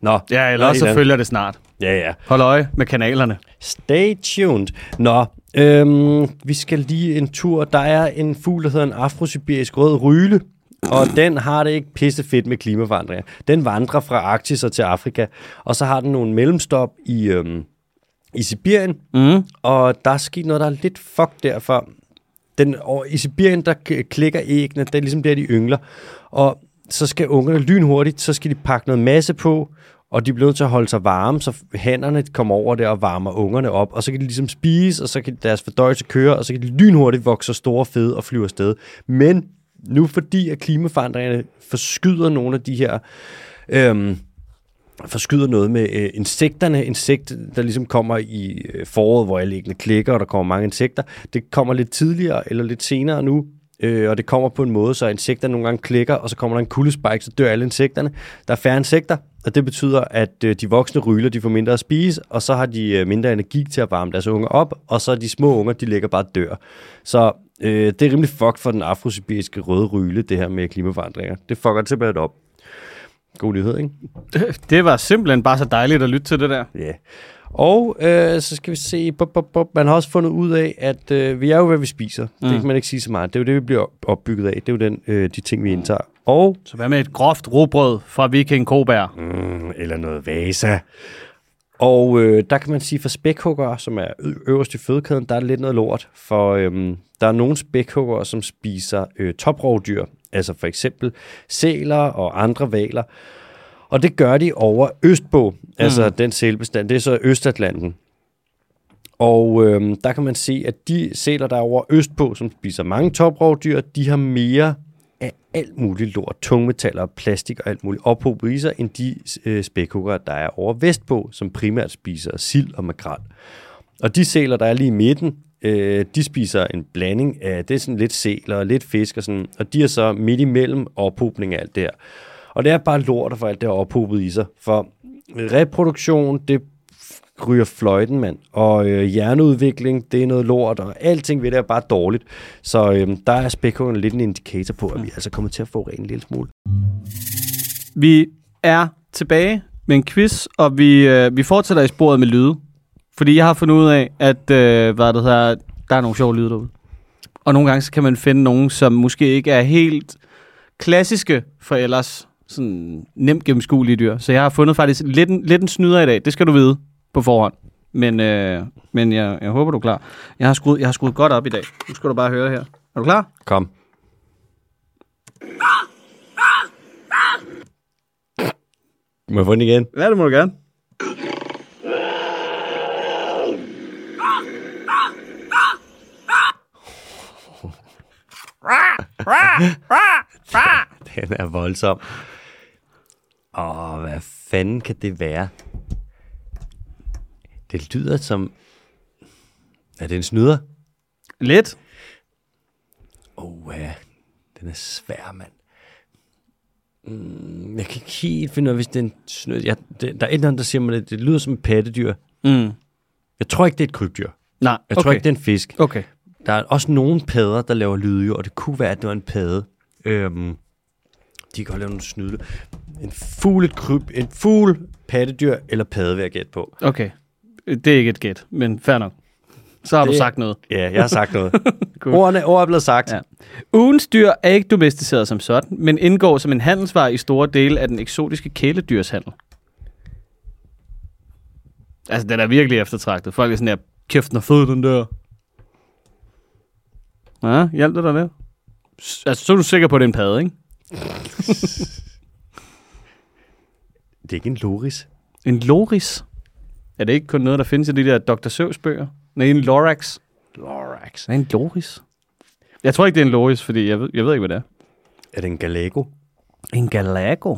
S1: Nå.
S2: Ja, eller
S1: nå,
S2: også
S1: helt
S2: så
S1: andet.
S2: følger det snart.
S1: Ja, ja.
S2: Hold øje med kanalerne.
S1: Stay tuned. Nå, øhm, vi skal lige en tur. Der er en fugl, der hedder en afrosibirisk rød ryle, og den har det ikke pissefedt med klimavandringer. Den vandrer fra Arktis og til Afrika, og så har den nogle mellemstop i, øhm, i Sibirien,
S2: Mm.
S1: og der er sket noget, der er lidt fucked derfor. Den, og I Sibirien, der k- klikker æggene, det er ligesom der, de yngler. Og så skal ungerne lynhurtigt, så skal de pakke noget masse på, og de bliver nødt til at holde sig varme, så hænderne kommer over der og varmer ungerne op, og så kan de ligesom spise, og så kan deres fordøjelse køre, og så kan de lynhurtigt vokse sig store og fede og flyve afsted. Men nu fordi, at klimaforandringerne forskyder nogle af de her øhm, forskyder noget med øh, insekterne. Insekt, der ligesom kommer i øh, foråret, hvor alle æggene klikker, og der kommer mange insekter. Det kommer lidt tidligere eller lidt senere nu, øh, og det kommer på en måde, så insekterne nogle gange klikker, og så kommer der en kuldespike, så dør alle insekterne. Der er færre insekter, og det betyder, at øh, de voksne ryler, de får mindre at spise, og så har de øh, mindre energi til at varme deres unger op, og så er de små unger, de ligger bare og dør. Så øh, det er rimelig fucked for den afrosibiriske røde ryle, det her med klimaforandringer. Det fucker det simpelthen op. God nyhed, ikke?
S2: Det var simpelthen bare så dejligt at lytte til det der.
S1: Ja. Yeah. Og øh, så skal vi se, bup, bup, bup. man har også fundet ud af, at øh, vi er jo, hvad vi spiser. Mm. Det kan man ikke sige så meget. Det er jo det, vi bliver op- opbygget af. Det er jo den, øh, de ting, vi indtager. Og,
S2: Så hvad med et groft robrød fra Viking Koberg?
S1: mm, eller noget vasa. Og øh, der kan man sige, for spækhuggere, som er ø- øverst i fødekæden, der er lidt noget lort. For øhm, der er nogle spækhuggere, som spiser øh, toprovdyr, altså for eksempel sæler og andre valer. Og det gør de over Østbå, altså den sælbestand. Det er så Østatlanten. Og øhm, der kan man se, at de sæler, der er over Østpå, som spiser mange toprovdyr, de har mere af alt muligt lort, tungmetaller, og plastik og alt muligt ophobet i sig, end de øh, spækhuggere, der er over Vestpå, som primært spiser sild og makrel. Og de sæler, der er lige i midten, øh, de spiser en blanding af, det er sådan lidt sæler og lidt fisk og sådan, og de er så midt imellem ophobning af alt det her. Og det er bare lort at få alt det her ophobet i sig, for reproduktion, det ryger fløjten, mand. Og øh, hjerneudvikling, det er noget lort, og alting ved det er bare dårligt. Så øh, der er spækhuggerne lidt en indikator på, at vi altså kommer til at forurene en lille smule.
S2: Vi er tilbage med en quiz, og vi, øh, vi fortsætter i sporet med lyde. Fordi jeg har fundet ud af, at øh, hvad det hedder, der er nogle sjove lyde derude. Og nogle gange så kan man finde nogen, som måske ikke er helt klassiske for ellers sådan nemt gennemskuelige dyr. Så jeg har fundet faktisk lidt, en- lidt en snyder i dag. Det skal du vide på forhånd. Men, øh, men jeg, jeg håber, du er klar. Jeg har, skruet, jeg har skruet godt op i dag. Nu skal du bare høre her. Er du klar?
S1: Kom. Må jeg få den igen?
S2: Ja, det må du gerne.
S1: Den er voldsom. Åh, hvad fanden kan det være? Det lyder som... Er det en snyder?
S2: Lidt.
S1: Åh, oh, ja. Den er svær, mand. Mm, jeg kan ikke helt finde ud af, hvis det er en snyder. Jeg, det, der er et eller andet, der siger mig, at det lyder som et pattedyr.
S2: Mm.
S1: Jeg tror ikke, det er et krybdyr.
S2: Nej,
S1: Jeg okay. tror ikke, det er en fisk.
S2: Okay.
S1: Der er også nogle padder, der laver lyde, jo, og det kunne være, at det var en padde. Øhm, de kan godt lave nogle snyde. En fugl, et kryb, en fugl, pattedyr eller padde, vil jeg gætte på.
S2: Okay. Det er ikke et gæt, men fair nok. Så har det...
S1: Det-
S2: du sagt noget.
S1: Ja, jeg har sagt (laughs) noget.
S2: Cool.
S1: Ordene, ord er blevet sagt.
S2: Ja. Ugens dyr er ikke domesticeret som sådan, men indgår som en handelsvare i store dele af den eksotiske kæledyrshandel. Altså, den er virkelig eftertragtet. Folk er sådan her, kæft, den er fed, den der. Ja, hjælp det dig med. S- Altså, så er du sikker på, at det er en padde, ikke?
S1: Det er ikke en loris.
S2: En loris. Er det ikke kun noget, der findes i de der Dr. Seuss-bøger? Nej, en lorax.
S1: Lorax.
S2: Hvad er en loris? Jeg tror ikke, det er en loris, fordi jeg ved, jeg ved ikke, hvad det
S1: Er det en galago?
S2: er. En galago?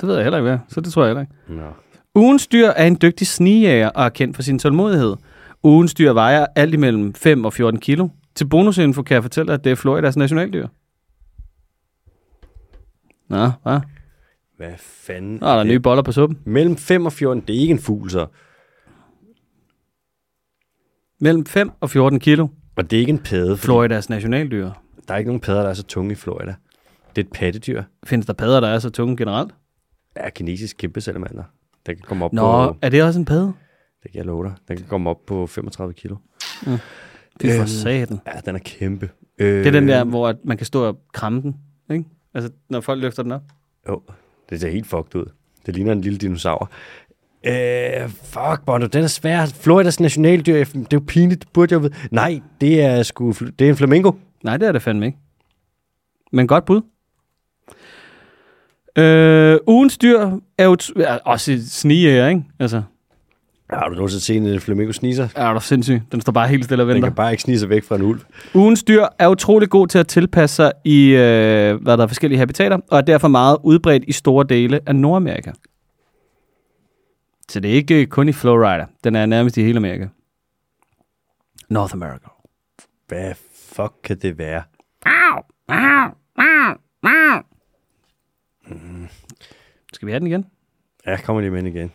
S2: Det ved jeg heller ikke, hvad er, Så det tror jeg heller ikke.
S1: Nå.
S2: Ugens dyr er en dygtig snigejager og er kendt for sin tålmodighed. Ugens dyr vejer alt imellem 5 og 14 kilo. Til bonusinfo kan jeg fortælle dig, at det er Floridas nationaldyr. Nå, hvad?
S1: Hvad fanden? Øh,
S2: Nå, er der nye boller på suppen.
S1: Mellem 5 og 14, det er ikke en fugl så.
S2: Mellem 5 og 14 kilo.
S1: Og det er ikke en padde, for
S2: Floridas nationaldyr.
S1: der er ikke nogen padder, der er så tunge i Florida. Det er et pattedyr.
S2: Findes der padder, der er så tunge generelt?
S1: Ja, kinesisk kæmpe salamander. Der kan komme op
S2: Nå,
S1: på...
S2: er det også en padde?
S1: Det kan jeg love dig. Den kan komme op på 35 kilo.
S2: Det er for
S1: Øhm,
S2: satan.
S1: Ja, den er kæmpe. Øh,
S2: Det er den der, hvor at man kan stå og kramme den, ikke? Altså, når folk løfter den op.
S1: Øh, Jo, det ser helt fucked ud. Det ligner en lille dinosaur. Øh, fuck, Bono, den er svær. Floridas nationaldyr, jeg- det er jo pinligt, det burde jeg vide. Nej, det er sgu, fl- det er en flamingo.
S2: Nej, det er det fandme ikke. Men godt bud. Øh, ugens dyr er jo t- er også et snigeæger, ikke? Altså,
S1: Har du nogensinde set en flamingo sniser?
S2: er du sindssyg? Den står bare helt stille og
S1: Den
S2: venter.
S1: kan bare ikke snige sig væk fra en ulv.
S2: Ugens dyr er utrolig god til at tilpasse sig i, øh, hvad der er forskellige habitater, og er derfor meget udbredt i store dele af Nordamerika. Så det er ikke øh, kun i Florida. Den er nærmest i hele Amerika. North America.
S1: Hvad fuck kan det være?
S2: Skal vi have den igen?
S1: Ja, kommer lige med den igen.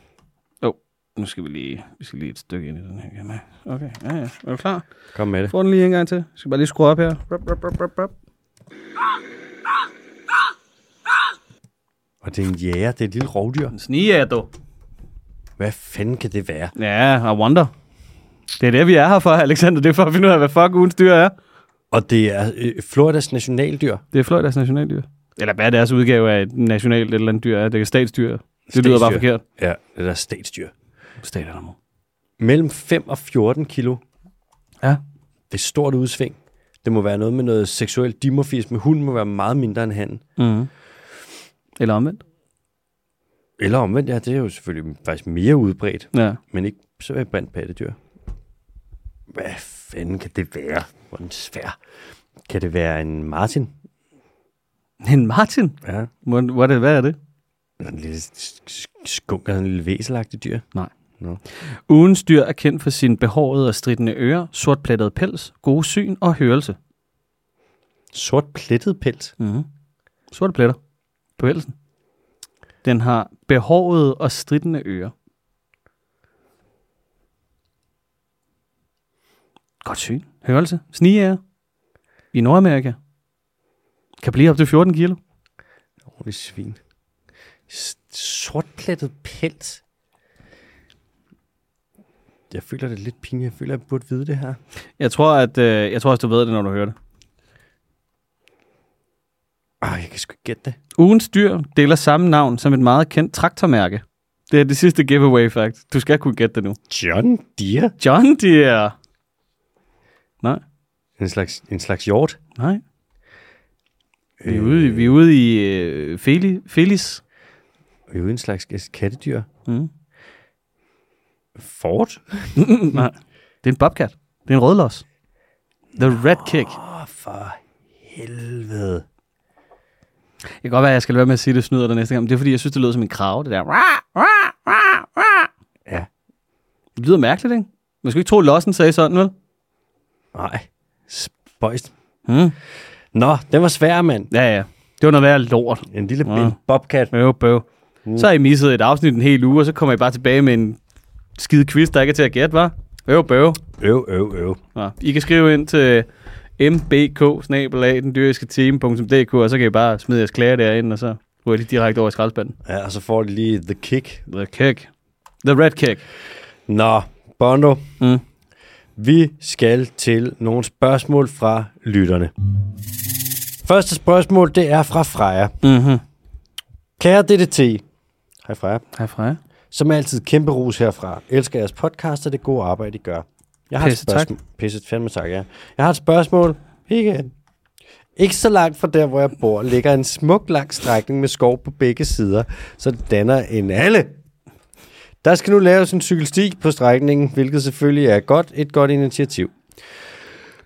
S2: Jo, oh, nu skal vi lige, vi skal lige et stykke ind i den her. kan jeg mærke. Okay, ja, ja. Er du klar?
S1: Kom med det.
S2: Få den lige en gang til. Jeg skal bare lige skrue op her. Rup, rup, rup, rup, rup.
S1: Og det er en jæger, det er et lille rovdyr.
S2: En snige er du.
S1: Hvad fanden kan det være?
S2: Ja, I wonder. Det er det, vi er her for, Alexander. Det er for at finde ud af, hvad fuck ugens dyr er.
S1: Og det er øh, Floridas nationaldyr.
S2: Det er Floridas nationaldyr. Eller hvad deres udgave af et nationalt et eller andet dyr er. Det er statsdyr. Det statsdyr. lyder bare
S1: Statsdyr.
S2: forkert.
S1: Ja, eller statsdyr.
S2: Stat animal.
S1: Mellem 5 og 14 kilo.
S2: Ja.
S1: Det er stort udsving. Det må være noget med noget seksuelt dimorfisme. Hunden må være meget mindre end han.
S2: Mm. Eller omvendt.
S1: Eller omvendt, ja, det er jo selvfølgelig faktisk mere udbredt,
S2: Ja.
S1: men ikke så blandt pattedyr. Hvad fanden kan det være? Hvor er den svær. Kan det være en martin?
S2: En Martin?
S1: Ja.
S2: Hvor- hvor er det- Hvad er det?
S1: Eller en lille sk- sk- skunk eller en lille væselagtig dyr?
S2: Nej.
S1: Nå.
S2: Ugens dyr er kendt for sin behårede og stridende ører, sortplettede pels, gode syn og hørelse.
S1: Sort plettet pels.
S2: Mm-hmm. Sorte pletter på pelsen. Den har behårede og stridende ører. Godt syn. Hørelse. Snigeære. I Nordamerika. Kan blive op til 14 kilo.
S1: Ordentligt svin. S- Sortplettet pels. jeg føler det er lidt pinligt. Jeg føler, jeg burde vide det her.
S2: Jeg tror, at, øh, jeg tror også, du ved det, når du hører det.
S1: Ej, jeg kan sgu ikke gætte det.
S2: Ugens dyr deler samme navn som et meget kendt traktormærke. Det er det sidste giveaway, faktisk. Du skal kunne gætte det nu.
S1: John Deere?
S2: John Deere. Nej,
S1: En slags, en slags hjort?
S2: nej. Vi er ude, i- vi er ude i øh, Feli, Felis.
S1: Vi er ude i en slags kattedyr.
S2: Mm.
S1: Ford?
S2: nej, det er en bobcat. Det er en rødlos. The Red Kick.
S1: Åh, oh, for helvede.
S2: Det kan godt være, at jeg skal lade være med at sige, at det snyder dig næste gang. Men det er, fordi jeg synes, det lyder som en krave, det der.
S1: Ja.
S2: Det lyder mærkeligt, ikke? Man skulle ikke tro, at lossen sagde sådan, vel?
S1: Nej. Spøjst.
S2: Mm.
S1: Nå, den var svær, mand.
S2: Ja, ja. Det var noget værre lort.
S1: En lille
S2: Nå.
S1: bind bobcat.
S2: Bøv, bøv.
S1: Mm.
S2: Mm. Så har I misset et afsnit en hel uge, og så kommer I bare tilbage med en skide quiz, der ikke er til at gætte, var? Bøv, bøv.
S1: Øv, øv, øv.
S2: Nå. I kan skrive ind til mbk team.dk og så kan I bare smide jeres klager derinde, og så ryger de direkte over i skraldespanden.
S1: Ja, og så får de lige the kick.
S2: The kick. The red kick.
S1: Nå, Bondo.
S2: Mm.
S1: Vi skal til nogle spørgsmål fra lytterne. Første spørgsmål, det er fra Freja.
S2: Mhm.
S1: Kære DDT. Hej Freja.
S2: Hej, Freja.
S1: Som altid, kæmpe rus herfra. Elsker jeres podcast og det gode arbejde, I gør. Jeg har
S2: Pisse
S1: et
S2: tak.
S1: spørgsmål. Pisse fandme tak, ja. Jeg har et spørgsmål. Igen. Ikke så langt fra der, hvor jeg bor, ligger en smuk lang strækning med skov på begge sider, så det danner en alle. Der skal nu laves en cykelsti på strækningen, hvilket selvfølgelig er godt, et godt initiativ.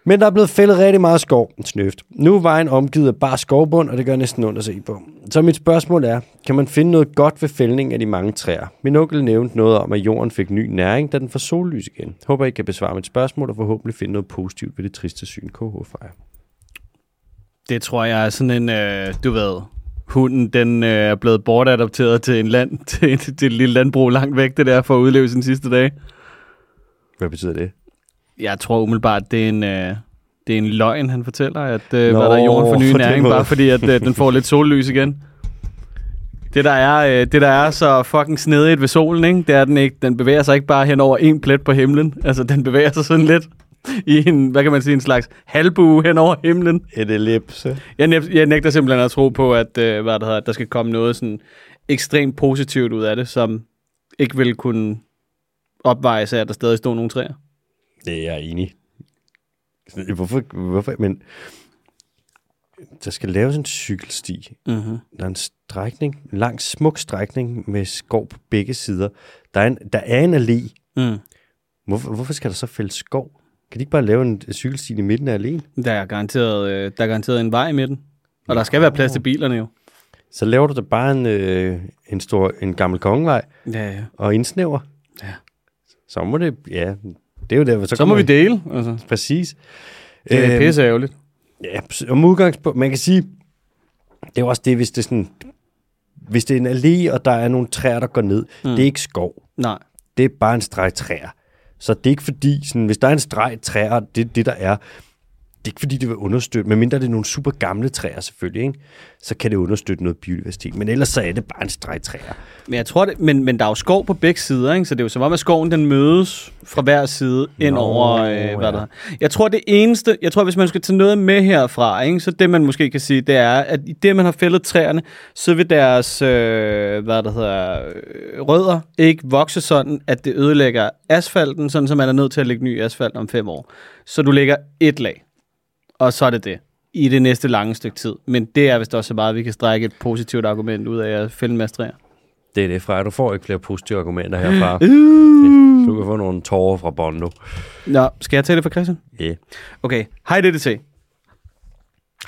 S1: Men der er blevet fældet rigtig meget skov, snøft. Nu er vejen omgivet af bare skovbund, og det gør næsten ondt at se på. Så mit spørgsmål er, kan man finde noget godt ved fældning af de mange træer? Min onkel nævnte noget om, at jorden fik ny næring, da den får sollys igen. Håber, I kan besvare mit spørgsmål og forhåbentlig finde noget positivt ved det triste syn, KH fejrer.
S2: Det tror jeg er sådan en, øh, du ved, hunden den øh, er blevet bortadopteret til, en land, (laughs) til, et- til et lille landbrug langt væk, det der for at udleve sin sidste dag.
S1: Hvad betyder det?
S2: Jeg tror umiddelbart, det er en, øh, det er en løgn, han fortæller, at
S1: Nå,
S2: øh, Nå, hvad der er jorden for ny
S1: på den
S2: næring,
S1: måde.
S2: bare fordi at, øh, den får lidt sollys igen. Det der, er, øh, det der er så fucking snedigt ved solen, ikke? det er, at den, ikke, den bevæger sig ikke bare hen over en plet på himlen. Altså, den bevæger sig sådan lidt i en, hvad kan man sige, en slags halbue hen over himlen.
S1: En ellipse.
S2: Jeg, næb- jeg nægter simpelthen at tro på, at, øh, hvad det hedder, at der skal komme noget sådan ekstremt positivt ud af det, som ikke vil kunne opvejes af, at der stadig står nogle træer.
S1: Det er jeg enig. i. Hvorfor, hvorfor? Men der skal laves en cykelsti.
S2: Mm-hmm.
S1: Der er en strækning, en lang, smuk strækning med skov på begge sider. Der er en, der er en allé.
S2: Mm.
S1: Hvorfor, hvorfor skal der så fælde skov? Kan de ikke bare lave en cykelsti i midten af alene?
S2: Der, er garanteret, øh, der er garanteret en vej i midten. Og der skal være plads til bilerne jo.
S1: Så laver du da bare en, øh, en, stor, en gammel kongevej
S2: Ja, ja.
S1: og indsnæver.
S2: Ja.
S1: Så må det, ja, det er jo der, så,
S2: Så må vi dele. Altså,
S1: Præcis.
S2: det er
S1: Øhm,
S2: pisse ærgerligt.
S1: Ja, pr- om udgangspunkt. Man kan sige, det er jo også det, hvis det er sådan, hvis det er en allé, og der er nogle træer, der går ned. Mm. Det er ikke skov.
S2: Nej.
S1: Det er bare en streg træer. Så det er ikke fordi, sådan, hvis der er en streg træer, det er det, der er. Det er ikke fordi, det vil understøtte, medmindre det er nogle super gamle træer selvfølgelig, ikke? så kan det understøtte noget biodiversitet. Men ellers så er det bare en streg træer.
S2: Men jeg tror det, men, men der er jo skov på begge sider, ikke? så det er jo som om, at skoven den mødes fra hver side ind
S1: Nå,
S2: Nå, over, øh, hvad
S1: ja.
S2: ja. der er. Jeg tror det eneste, jeg tror hvis man skal tage noget med herfra, ikke? så det man måske kan sige, det er, at i det man har fældet træerne, så vil deres, øh, hvad der hedder, øh, rødder ikke vokse sådan, at det ødelægger asfalten, sådan som man er nødt til at lægge ny asfalt om fem år. Så du lægger et lag, og så er det det i det næste lange stykke tid. Men det er vist også så meget, vi kan strække et positivt argument ud af at fælde en masse træer.
S1: Det er det, fra. Du får ikke flere positive argumenter (gasps) herfra. Du kan få nogle tårer fra Bondo.
S2: Nå, skal jeg tage det for Christian?
S1: Yeah.
S2: Okay. Hej, DDT. (laughs)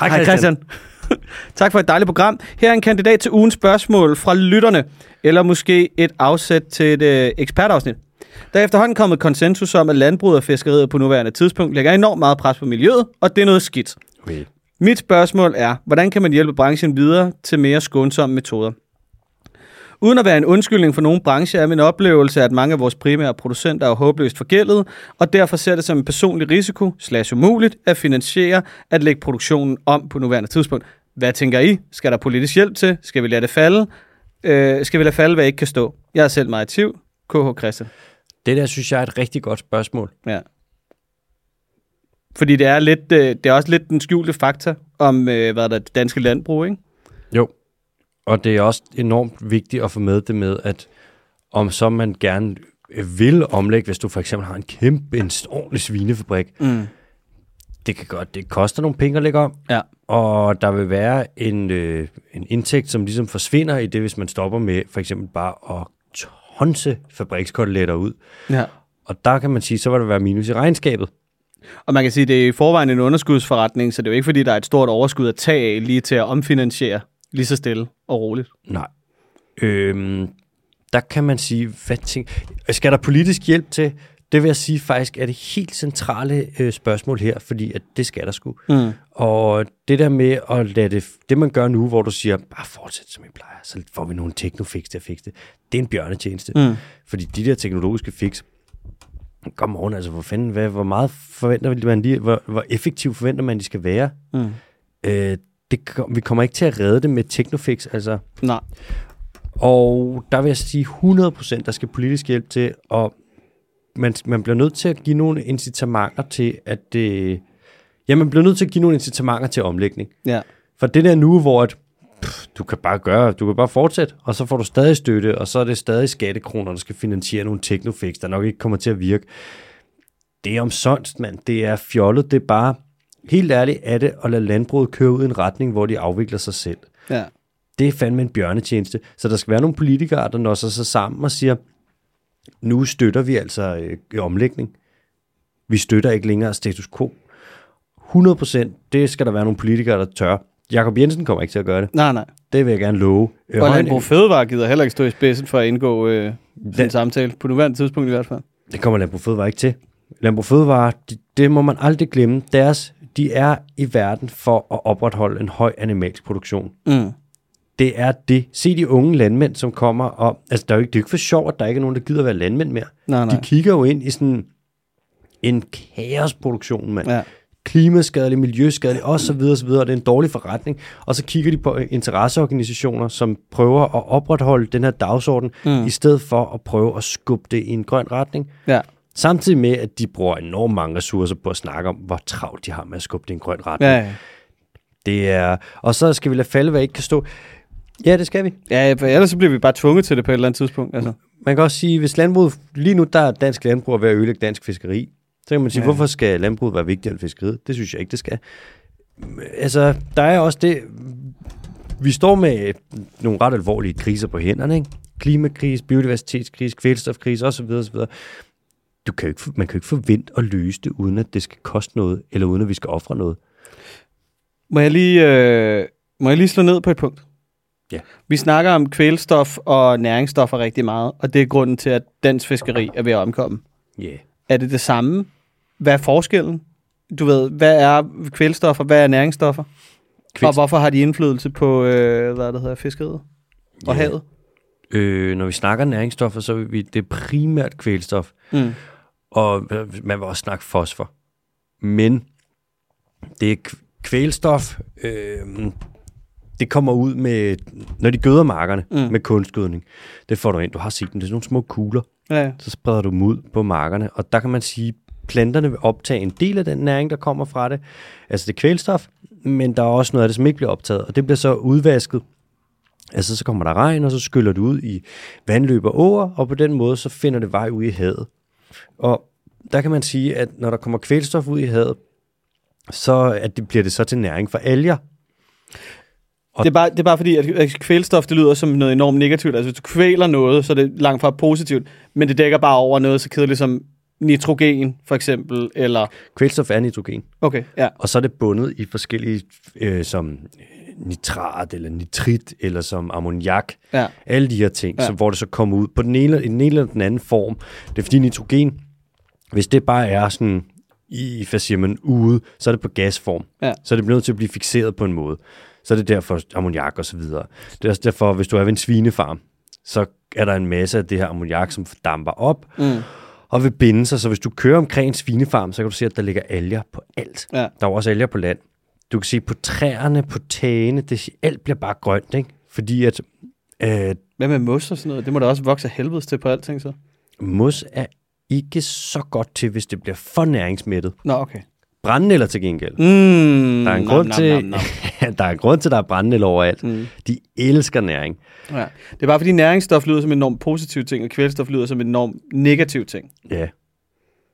S2: tak for et dejligt program. Her er en kandidat til ugens spørgsmål fra lytterne, eller måske et afsæt til et øh, ekspertafsnit. Der er efterhånden kommet konsensus om, at landbruget og fiskeriet på nuværende tidspunkt lægger enormt meget pres på miljøet, og det er noget skidt.
S1: Okay.
S2: Mit spørgsmål er, hvordan kan man hjælpe branchen videre til mere skånsomme metoder? Uden at være en undskyldning for nogle brancher, er min oplevelse, at mange af vores primære producenter er håbløst forgældet, og derfor ser det som en personlig risiko, slash umuligt, at finansiere at lægge produktionen om på nuværende tidspunkt. Hvad tænker I? Skal der politisk hjælp til? Skal vi lade det falde? Øh, skal vi lade falde, hvad ikke kan stå? Jeg er selv meget i tvivl. KH Christian.
S1: Det der, synes jeg, er et rigtig godt spørgsmål.
S2: Ja. Fordi det er, lidt, øh, det er også lidt den skjulte fakta om, øh, hvad der er det danske landbrug, ikke?
S1: Jo. Og det er også enormt vigtigt at få med det med, at om så man gerne øh, vil omlægge, hvis du for eksempel har en kæmpe, en ordentlig svinefabrik,
S2: Mm.
S1: det kan godt, det koster nogle penge at lægge om,
S2: Ja.
S1: og der vil være en, øh, en indtægt, som ligesom forsvinder i det, hvis man stopper med for eksempel bare at tonse fabrikskoteletter ud.
S2: ja.
S1: Og der kan man sige, så vil der være minus i regnskabet.
S2: Og man kan sige, at det er i forvejen en underskudsforretning, så det er jo ikke, fordi der er et stort overskud at tage af lige til at omfinansiere lige så stille og roligt.
S1: Nej. Øhm, der kan man sige, hvad ting... Skal der politisk hjælp til? Det vil jeg sige faktisk er det helt centrale øh, spørgsmål her, fordi at det skal der sgu.
S2: Mm.
S1: Og det der med at lade det, det man gør nu, hvor du siger, bare fortsæt som I plejer, så får vi nogle teknofix til at fikse det. Det er en bjørnetjeneste.
S2: Mm.
S1: Fordi de der teknologiske fix, kom on, altså hvor fanden, hvad, hvor meget forventer man lige, hvor, hvor effektiv forventer man, de skal være?
S2: Mm.
S1: Øh, det, kom- vi kommer ikke til at redde det med teknofix, altså.
S2: Nej.
S1: Og der vil jeg sige 100%, der skal politisk hjælp til, og man, man bliver nødt til at give nogle incitamenter til, at det... Ja, man bliver nødt til at give nogle incitamenter til omlægning.
S2: Ja.
S1: For det der nu, hvor at, pff, du kan bare gøre, du kan bare fortsætte, og så får du stadig støtte, og så er det stadig skattekroner, der skal finansiere nogle teknofix, der nok ikke kommer til at virke. Det er omsonst, mand. Det er fjollet. Det er bare, helt ærligt er det at lade landbruget køre ud i en retning, hvor de afvikler sig selv
S2: Ja.
S1: det er fandme en bjørnetjeneste. Så der skal være nogle politikere, der når sig så sammen og siger, nu støtter vi altså øh, omlægning. Vi støtter ikke længere status quo. 100 procent, det skal der være nogle politikere, der tør. Jakob Jensen kommer ikke til at gøre det.
S2: Nej, nej.
S1: Det vil jeg gerne love. Øh,
S2: Og
S1: Højne-
S2: Landbrug Fødevare gider heller ikke stå i spidsen for at indgå øh, den
S1: Den-
S2: samtale, på nuværende tidspunkt i hvert fald.
S1: Det kommer Landbrug Fødevare ikke til. Landbrug Fødevare, det, det må man aldrig glemme. Deres, de er i verden for at opretholde en høj animalsk produktion.
S2: Mm.
S1: det er det. Se de unge landmænd, som kommer, og altså, der er jo ikke, det er jo ikke for sjovt, at der ikke er nogen, der gider være landmænd mere.
S2: Nej, Ah, nej.
S1: De kigger jo ind i sådan en kaosproduktion, mand. Ja.
S2: Ja.
S1: Klimaskadelig, miljøskadelig, og så videre, så videre. Det er en dårlig forretning. Og så kigger de på interesseorganisationer, som prøver at opretholde den her dagsorden, mm. i stedet for at prøve at skubbe det i en grøn retning.
S2: ja.
S1: Samtidig med, at de bruger enormt mange ressourcer på at snakke om, hvor travlt de har med at skubbe det i en grøn retning.
S2: Ja,
S1: Ja.
S2: ja.
S1: Det er, og så skal vi lade falde, hvad ikke kan stå. Ja, det skal vi.
S2: ja, for ellers så bliver vi bare tvunget til det på et eller andet tidspunkt. Altså.
S1: Man kan også sige, hvis landbruget, lige nu der er dansk landbrug ved at ødelægge dansk fiskeri, så kan man sige, ja. hvorfor skal landbruget være vigtigere end fiskeriet? Det synes jeg ikke, det skal. Altså, der er også det, vi står med øh, nogle ret alvorlige kriser på hænderne, ikke? Klimakrise, biodiversitetskrise, kvælstofkrise osv. osv. Du kan jo ikke, man kan jo ikke forvente at løse det, uden at det skal koste noget, eller uden at vi skal ofre noget.
S2: Må jeg lige, øh, må jeg lige slå ned på et punkt?
S1: Ja.
S2: Vi snakker om kvælstof og næringsstoffer rigtig meget, og det er grunden til, at dansk fiskeri er ved at omkomme.
S1: Ja. Yeah.
S2: Er det det samme? Hvad er forskellen? Du ved, hvad er kvælstoffer, hvad er næringsstoffer? Kvælst. Og
S1: Kvælst-
S2: hvorfor har de indflydelse på, øh, hvad det hedder, fiskeriet
S1: Ja.
S2: og havet?
S1: Øh, når vi snakker næringsstoffer, så vil vi, det er primært kvælstof.
S2: Mm.
S1: og øh, man vil også snakke fosfor. Men det er kv- kvælstof, øh, det kommer ud med, når de gøder markerne
S2: Mm.
S1: mm. med kunstgødning, det får du ind, du har set dem, det er sådan nogle små kugler,
S2: Ja, ja.
S1: så spreder du dem ud på markerne, og der kan man sige, planterne vil optage en del af den næring, der kommer fra det, altså det er kvælstof, men der er også noget af det, som ikke bliver optaget, og det bliver så udvasket. Altså så kommer der regn, og så skyller det ud i vandløb og åer, og på den måde så finder det vej ud i havet. Og der kan man sige, at når der kommer kvælstof ud i havet, så at det, bliver det så til næring for alger.
S2: Det, er bare, det er bare fordi, at- at kvælstof, det lyder som noget enormt negativt. Altså, hvis du kvæler noget, så er det langt fra positivt, men det dækker bare over noget så kedeligt som nitrogen, for eksempel, eller...
S1: Kvælstof er nitrogen.
S2: Okay, ja.
S1: Og så er det bundet i forskellige, øh, som nitrat eller nitrit, eller som ammoniak.
S2: Ja.
S1: Alle de her ting,
S2: Ja.
S1: ja. så, hvor det så kommer ud på den ene, i den ene eller den anden form. Det er fordi nitrogen, hvis det bare er sådan i, hvad siger man, ude, så er det på gasform.
S2: Ja.
S1: Så er det nødt til at blive fixeret på en måde. Så er det derfor ammoniak og så videre. Det er også derfor, hvis du er ved en svinefarm, så er der en masse af det her ammoniak, som damper op
S2: Mm.
S1: og vil binde sig. Så hvis du kører omkring en svinefarm, så kan du se, at der ligger alger på alt.
S2: Ja.
S1: Der er jo også alger på land. Du kan se på træerne, på tagene, det, alt bliver bare grønt, ikke? Fordi at øh,
S2: Hvad med mos og sådan noget? Det må da også vokse af helvedes til på alting, så.
S1: mos er ikke så godt til, hvis det bliver for næringsmættet.
S2: Nå, okay.
S1: Brændenælder til gengæld.
S2: Mm,
S1: Der er en grund til, (laughs) der er en grund til, der er brændenælder overalt.
S2: Mm.
S1: De elsker næring.
S2: Ja. Det er bare fordi næringsstof lyder som en enormt positiv ting, og kvælstof lyder som en enormt negativ ting.
S1: Ja,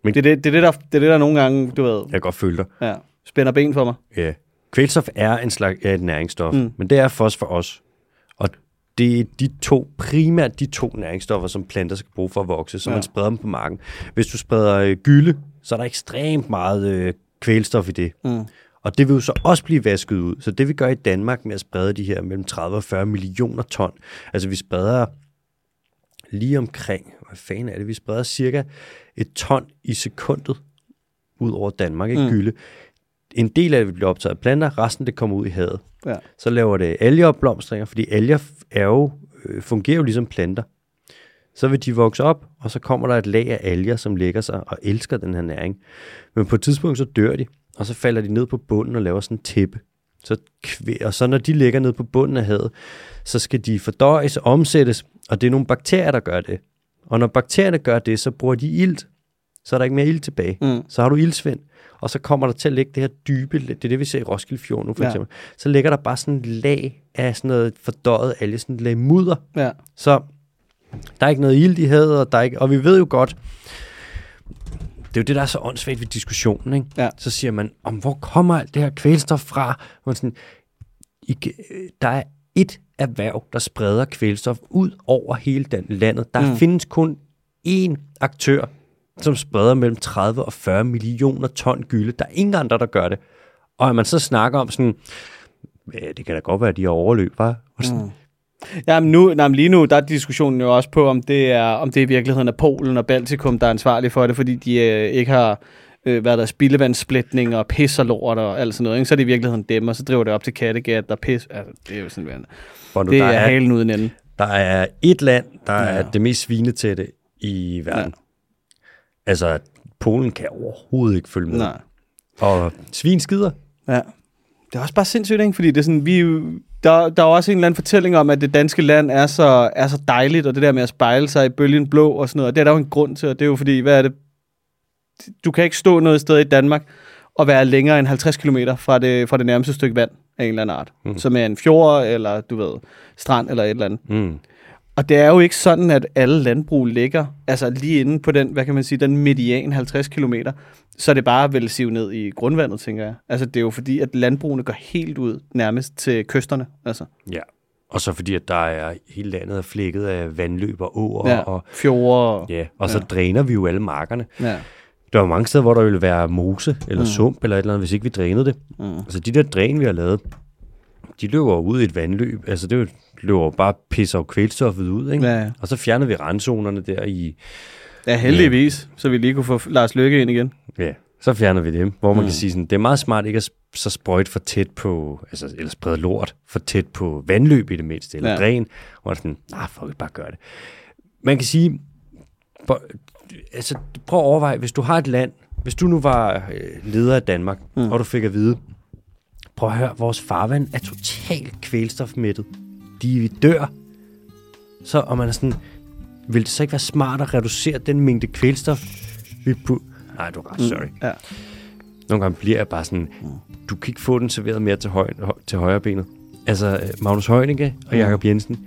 S2: Det er det, det, er det, der, det er det, der nogle gange, du ved,
S1: jeg kan godt føle dig.
S2: ja, spænder ben for mig.
S1: Ja. Øh, Kvælstof er en slags er et næringsstof, mm. men det er fosfor også. Og det er de to, primært de to næringsstoffer, som planter skal bruge for at vokse, så ja. man spreder dem på marken. Hvis du spreder øh, gylde, så er der ekstremt meget øh, kvælstof i det. Mm. Og det vil jo så også blive vasket ud. Så det vi gør i Danmark med at sprede de her mellem 30 og 40 millioner ton, altså vi spreder lige omkring, hvad fanden er det, vi spreder cirka et ton i sekundet ud over Danmark, ikke mm. gylde. En del af det bliver optaget af planter, resten det kommer ud i havet.
S2: Ja.
S1: Så laver det algeopblomstringer, fordi alger f- er jo, øh, fungerer jo ligesom planter. Så vil de vokse op, og så kommer der et lag af alger, som lægger sig og elsker den her næring. Men på et tidspunkt, så dør de, og så falder de ned på bunden og laver sådan en tæppe. Så, kvæ- og så når de ligger ned på bunden af havet, så skal de fordøjes og omsættes, og det er nogle bakterier, der gør det. Og når bakterierne gør det, så bruger de ilt. Så er der ikke mere ilt tilbage. Mm. Så har du iltsvind. Og så kommer der til at ligge det her dybe, det er det, vi ser i Roskilde Fjord nu for
S2: Ja.
S1: ja. eksempel. Så ligger der bare sådan et lag af sådan noget fordøjet alge, sådan et lag mudder.
S2: Ja.
S1: Så der er ikke noget ild i havet, og, der er ikke, og vi ved jo godt, det er jo det, der er så åndssvagt ved diskussionen. Ikke?
S2: Ja.
S1: Så siger man, om hvor kommer alt det her kvælstof fra? Man sådan, I, kan- øh, der er et erhverv, der spreder kvælstof ud over hele den landet. Der mm. findes kun én aktør, som spreder mellem 30 og 40 millioner ton gylde. Der er ingen andre, der gør det. Og at man så snakker om sådan, "Ja, det kan da godt være, at de har overløb, hva'? Og sådan, mm.
S2: Jamen, nu, jamen lige nu, der er diskussionen jo også på, om det er, om det i virkeligheden er Polen og Baltikum, der er ansvarlige for det, fordi de øh, ikke har øh, været der spildevandssplitning og pis og lort og alt sådan noget. Ikke? Så er det i virkeligheden dem, og så driver det op til Kattegat, der er pis. Altså, det er jo sådan, hvad-
S1: hvor nu
S2: det
S1: der
S2: er halen uden ende.
S1: Der er et land, der ja.
S2: Ja.
S1: er det mest svinetætte i verden. Ja. Altså, Polen kan overhovedet ikke følge med. Nej.
S2: Nej.
S1: Og svin skider.
S2: Ja. Det er også bare sindssygt, ikke? Fordi det er sådan, vi, er jo- der, der er jo også en eller anden fortælling om, at det danske land er så, er så dejligt, og det der med at spejle sig i bølgen blå og sådan noget, og det er der jo en grund til, og det er jo fordi, hvad er det? Du kan ikke stå noget sted i Danmark og være længere end 50 km fra det, fra det nærmeste stykke vand af en eller anden art, mm. som er en fjord eller, du ved, strand eller et eller andet.
S1: Mm.
S2: Og det er jo ikke sådan, at alle landbrug ligger altså lige inde på den, hvad kan man sige, den median 50 km, så er det bare vel sive ned i grundvandet, tænker jeg. Altså det er jo fordi, at landbrugene går helt ud nærmest til kysterne. Altså,
S1: Ja. Og så fordi, at der er hele landet er flækket af vandløb og åer.
S2: ja,
S1: Ja. Og,
S2: fjorde. og-
S1: ja. og så ja. dræner vi jo alle markerne.
S2: Ja.
S1: Der er jo mange steder, hvor der ville være mose eller mm. sump eller et eller andet, hvis ikke vi drænede det. Mm. Altså de der dræn, vi har lavet, de løber jo ud i et vandløb. Altså det er jo- løber jo bare pisser jo kvælstoffet ud, ikke?
S2: Ja, ja.
S1: Og så fjernede vi randzonerne der i,
S2: ja, heldigvis, så vi lige kunne få Lars Lykke ind igen.
S1: Ja, så fjerner vi dem, hvor man mm. kan sige sådan, det er meget smart ikke at s- så sprøjte for tæt på, altså eller sprede lort for tæt på vandløb i det mindste, eller
S2: Ja.
S1: ja. dræn, hvor man sådan, nej, nah, fuck it, bare gør det. Man kan sige, bo- altså prøv at overveje, hvis du har et land, hvis du nu var øh, leder af Danmark, mm. og du fik at vide, prøv at høre, vores farvand er totalt kvælstofmættet. De dør. Så, og man er sådan, vil det så ikke være smart at reducere den mængde kvælstof, vi pu- Nej, du er ret, sorry.
S2: Ja.
S1: Nogle gange bliver jeg bare sådan, du kan ikke få den serveret mere til, høj, hø- til højre benet. Altså, øh, Magnus Heunicke og Jakob Jensen.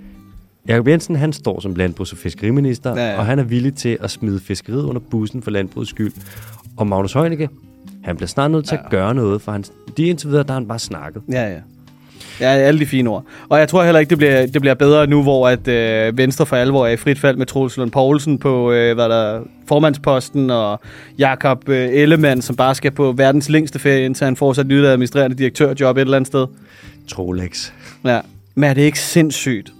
S1: Jakob Jensen, han står som landbrugs- og fiskeriminister,
S2: Ja,
S1: ja,
S2: ja.
S1: ja. og han er villig til at smide fiskeriet under bussen for landbrugets skyld. Og Magnus Heunicke, han bliver snart nødt til ja. at gøre noget, for han, det er indtil videre, der har han bare snakket.
S2: Ja, ja. Ja, alle de fine ord. Og jeg tror heller ikke, det bliver, det bliver bedre nu, hvor at øh, Venstre for alvor er i frit fald med Troels Lund Poulsen på øh, hvad der, er, formandsposten, og Jakob øh, Ellemann, som bare skal på verdens længste ferie, indtil han får sig et nyt administrerende direktørjob et eller andet sted.
S1: Trolex.
S2: Ja. Men er det ikke sindssygt?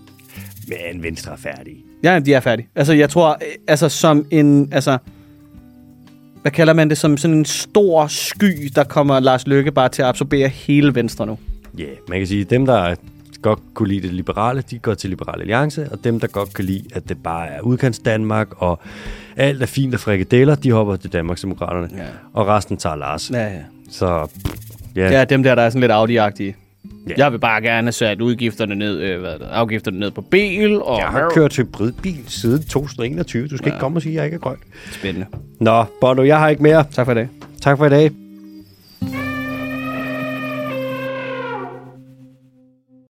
S1: Men Venstre er færdig.
S2: Ja, de er færdige. Altså, jeg tror, øh, altså som en, altså, hvad kalder man det, som sådan en stor sky, der kommer Lars Løkke bare til at absorbere hele Venstre nu.
S1: Ja, yeah, man kan sige, at dem, der godt kunne lide det liberale, de går til Liberal Alliance, og dem, der godt kan lide, at det bare er udkants Danmark, og alt er fint og frikadeller, de hopper til Danmarksdemokraterne,
S2: Ja.
S1: og resten tager Lars.
S2: Ja, ja.
S1: Så pff, ja,
S2: Ja, dem der, der er sådan lidt audi -agtige.
S1: Ja.
S2: Jeg vil bare gerne have sat udgifterne ned, øh, hvad er det, afgifterne ned på bil, og
S1: Jeg har kørt hybridbil siden 2021. Du skal ja. ikke komme og sige, at jeg ikke er grøn.
S2: spændende.
S1: Nå, Bono, jeg har ikke mere.
S3: Tak for i dag.
S1: Tak for i dag.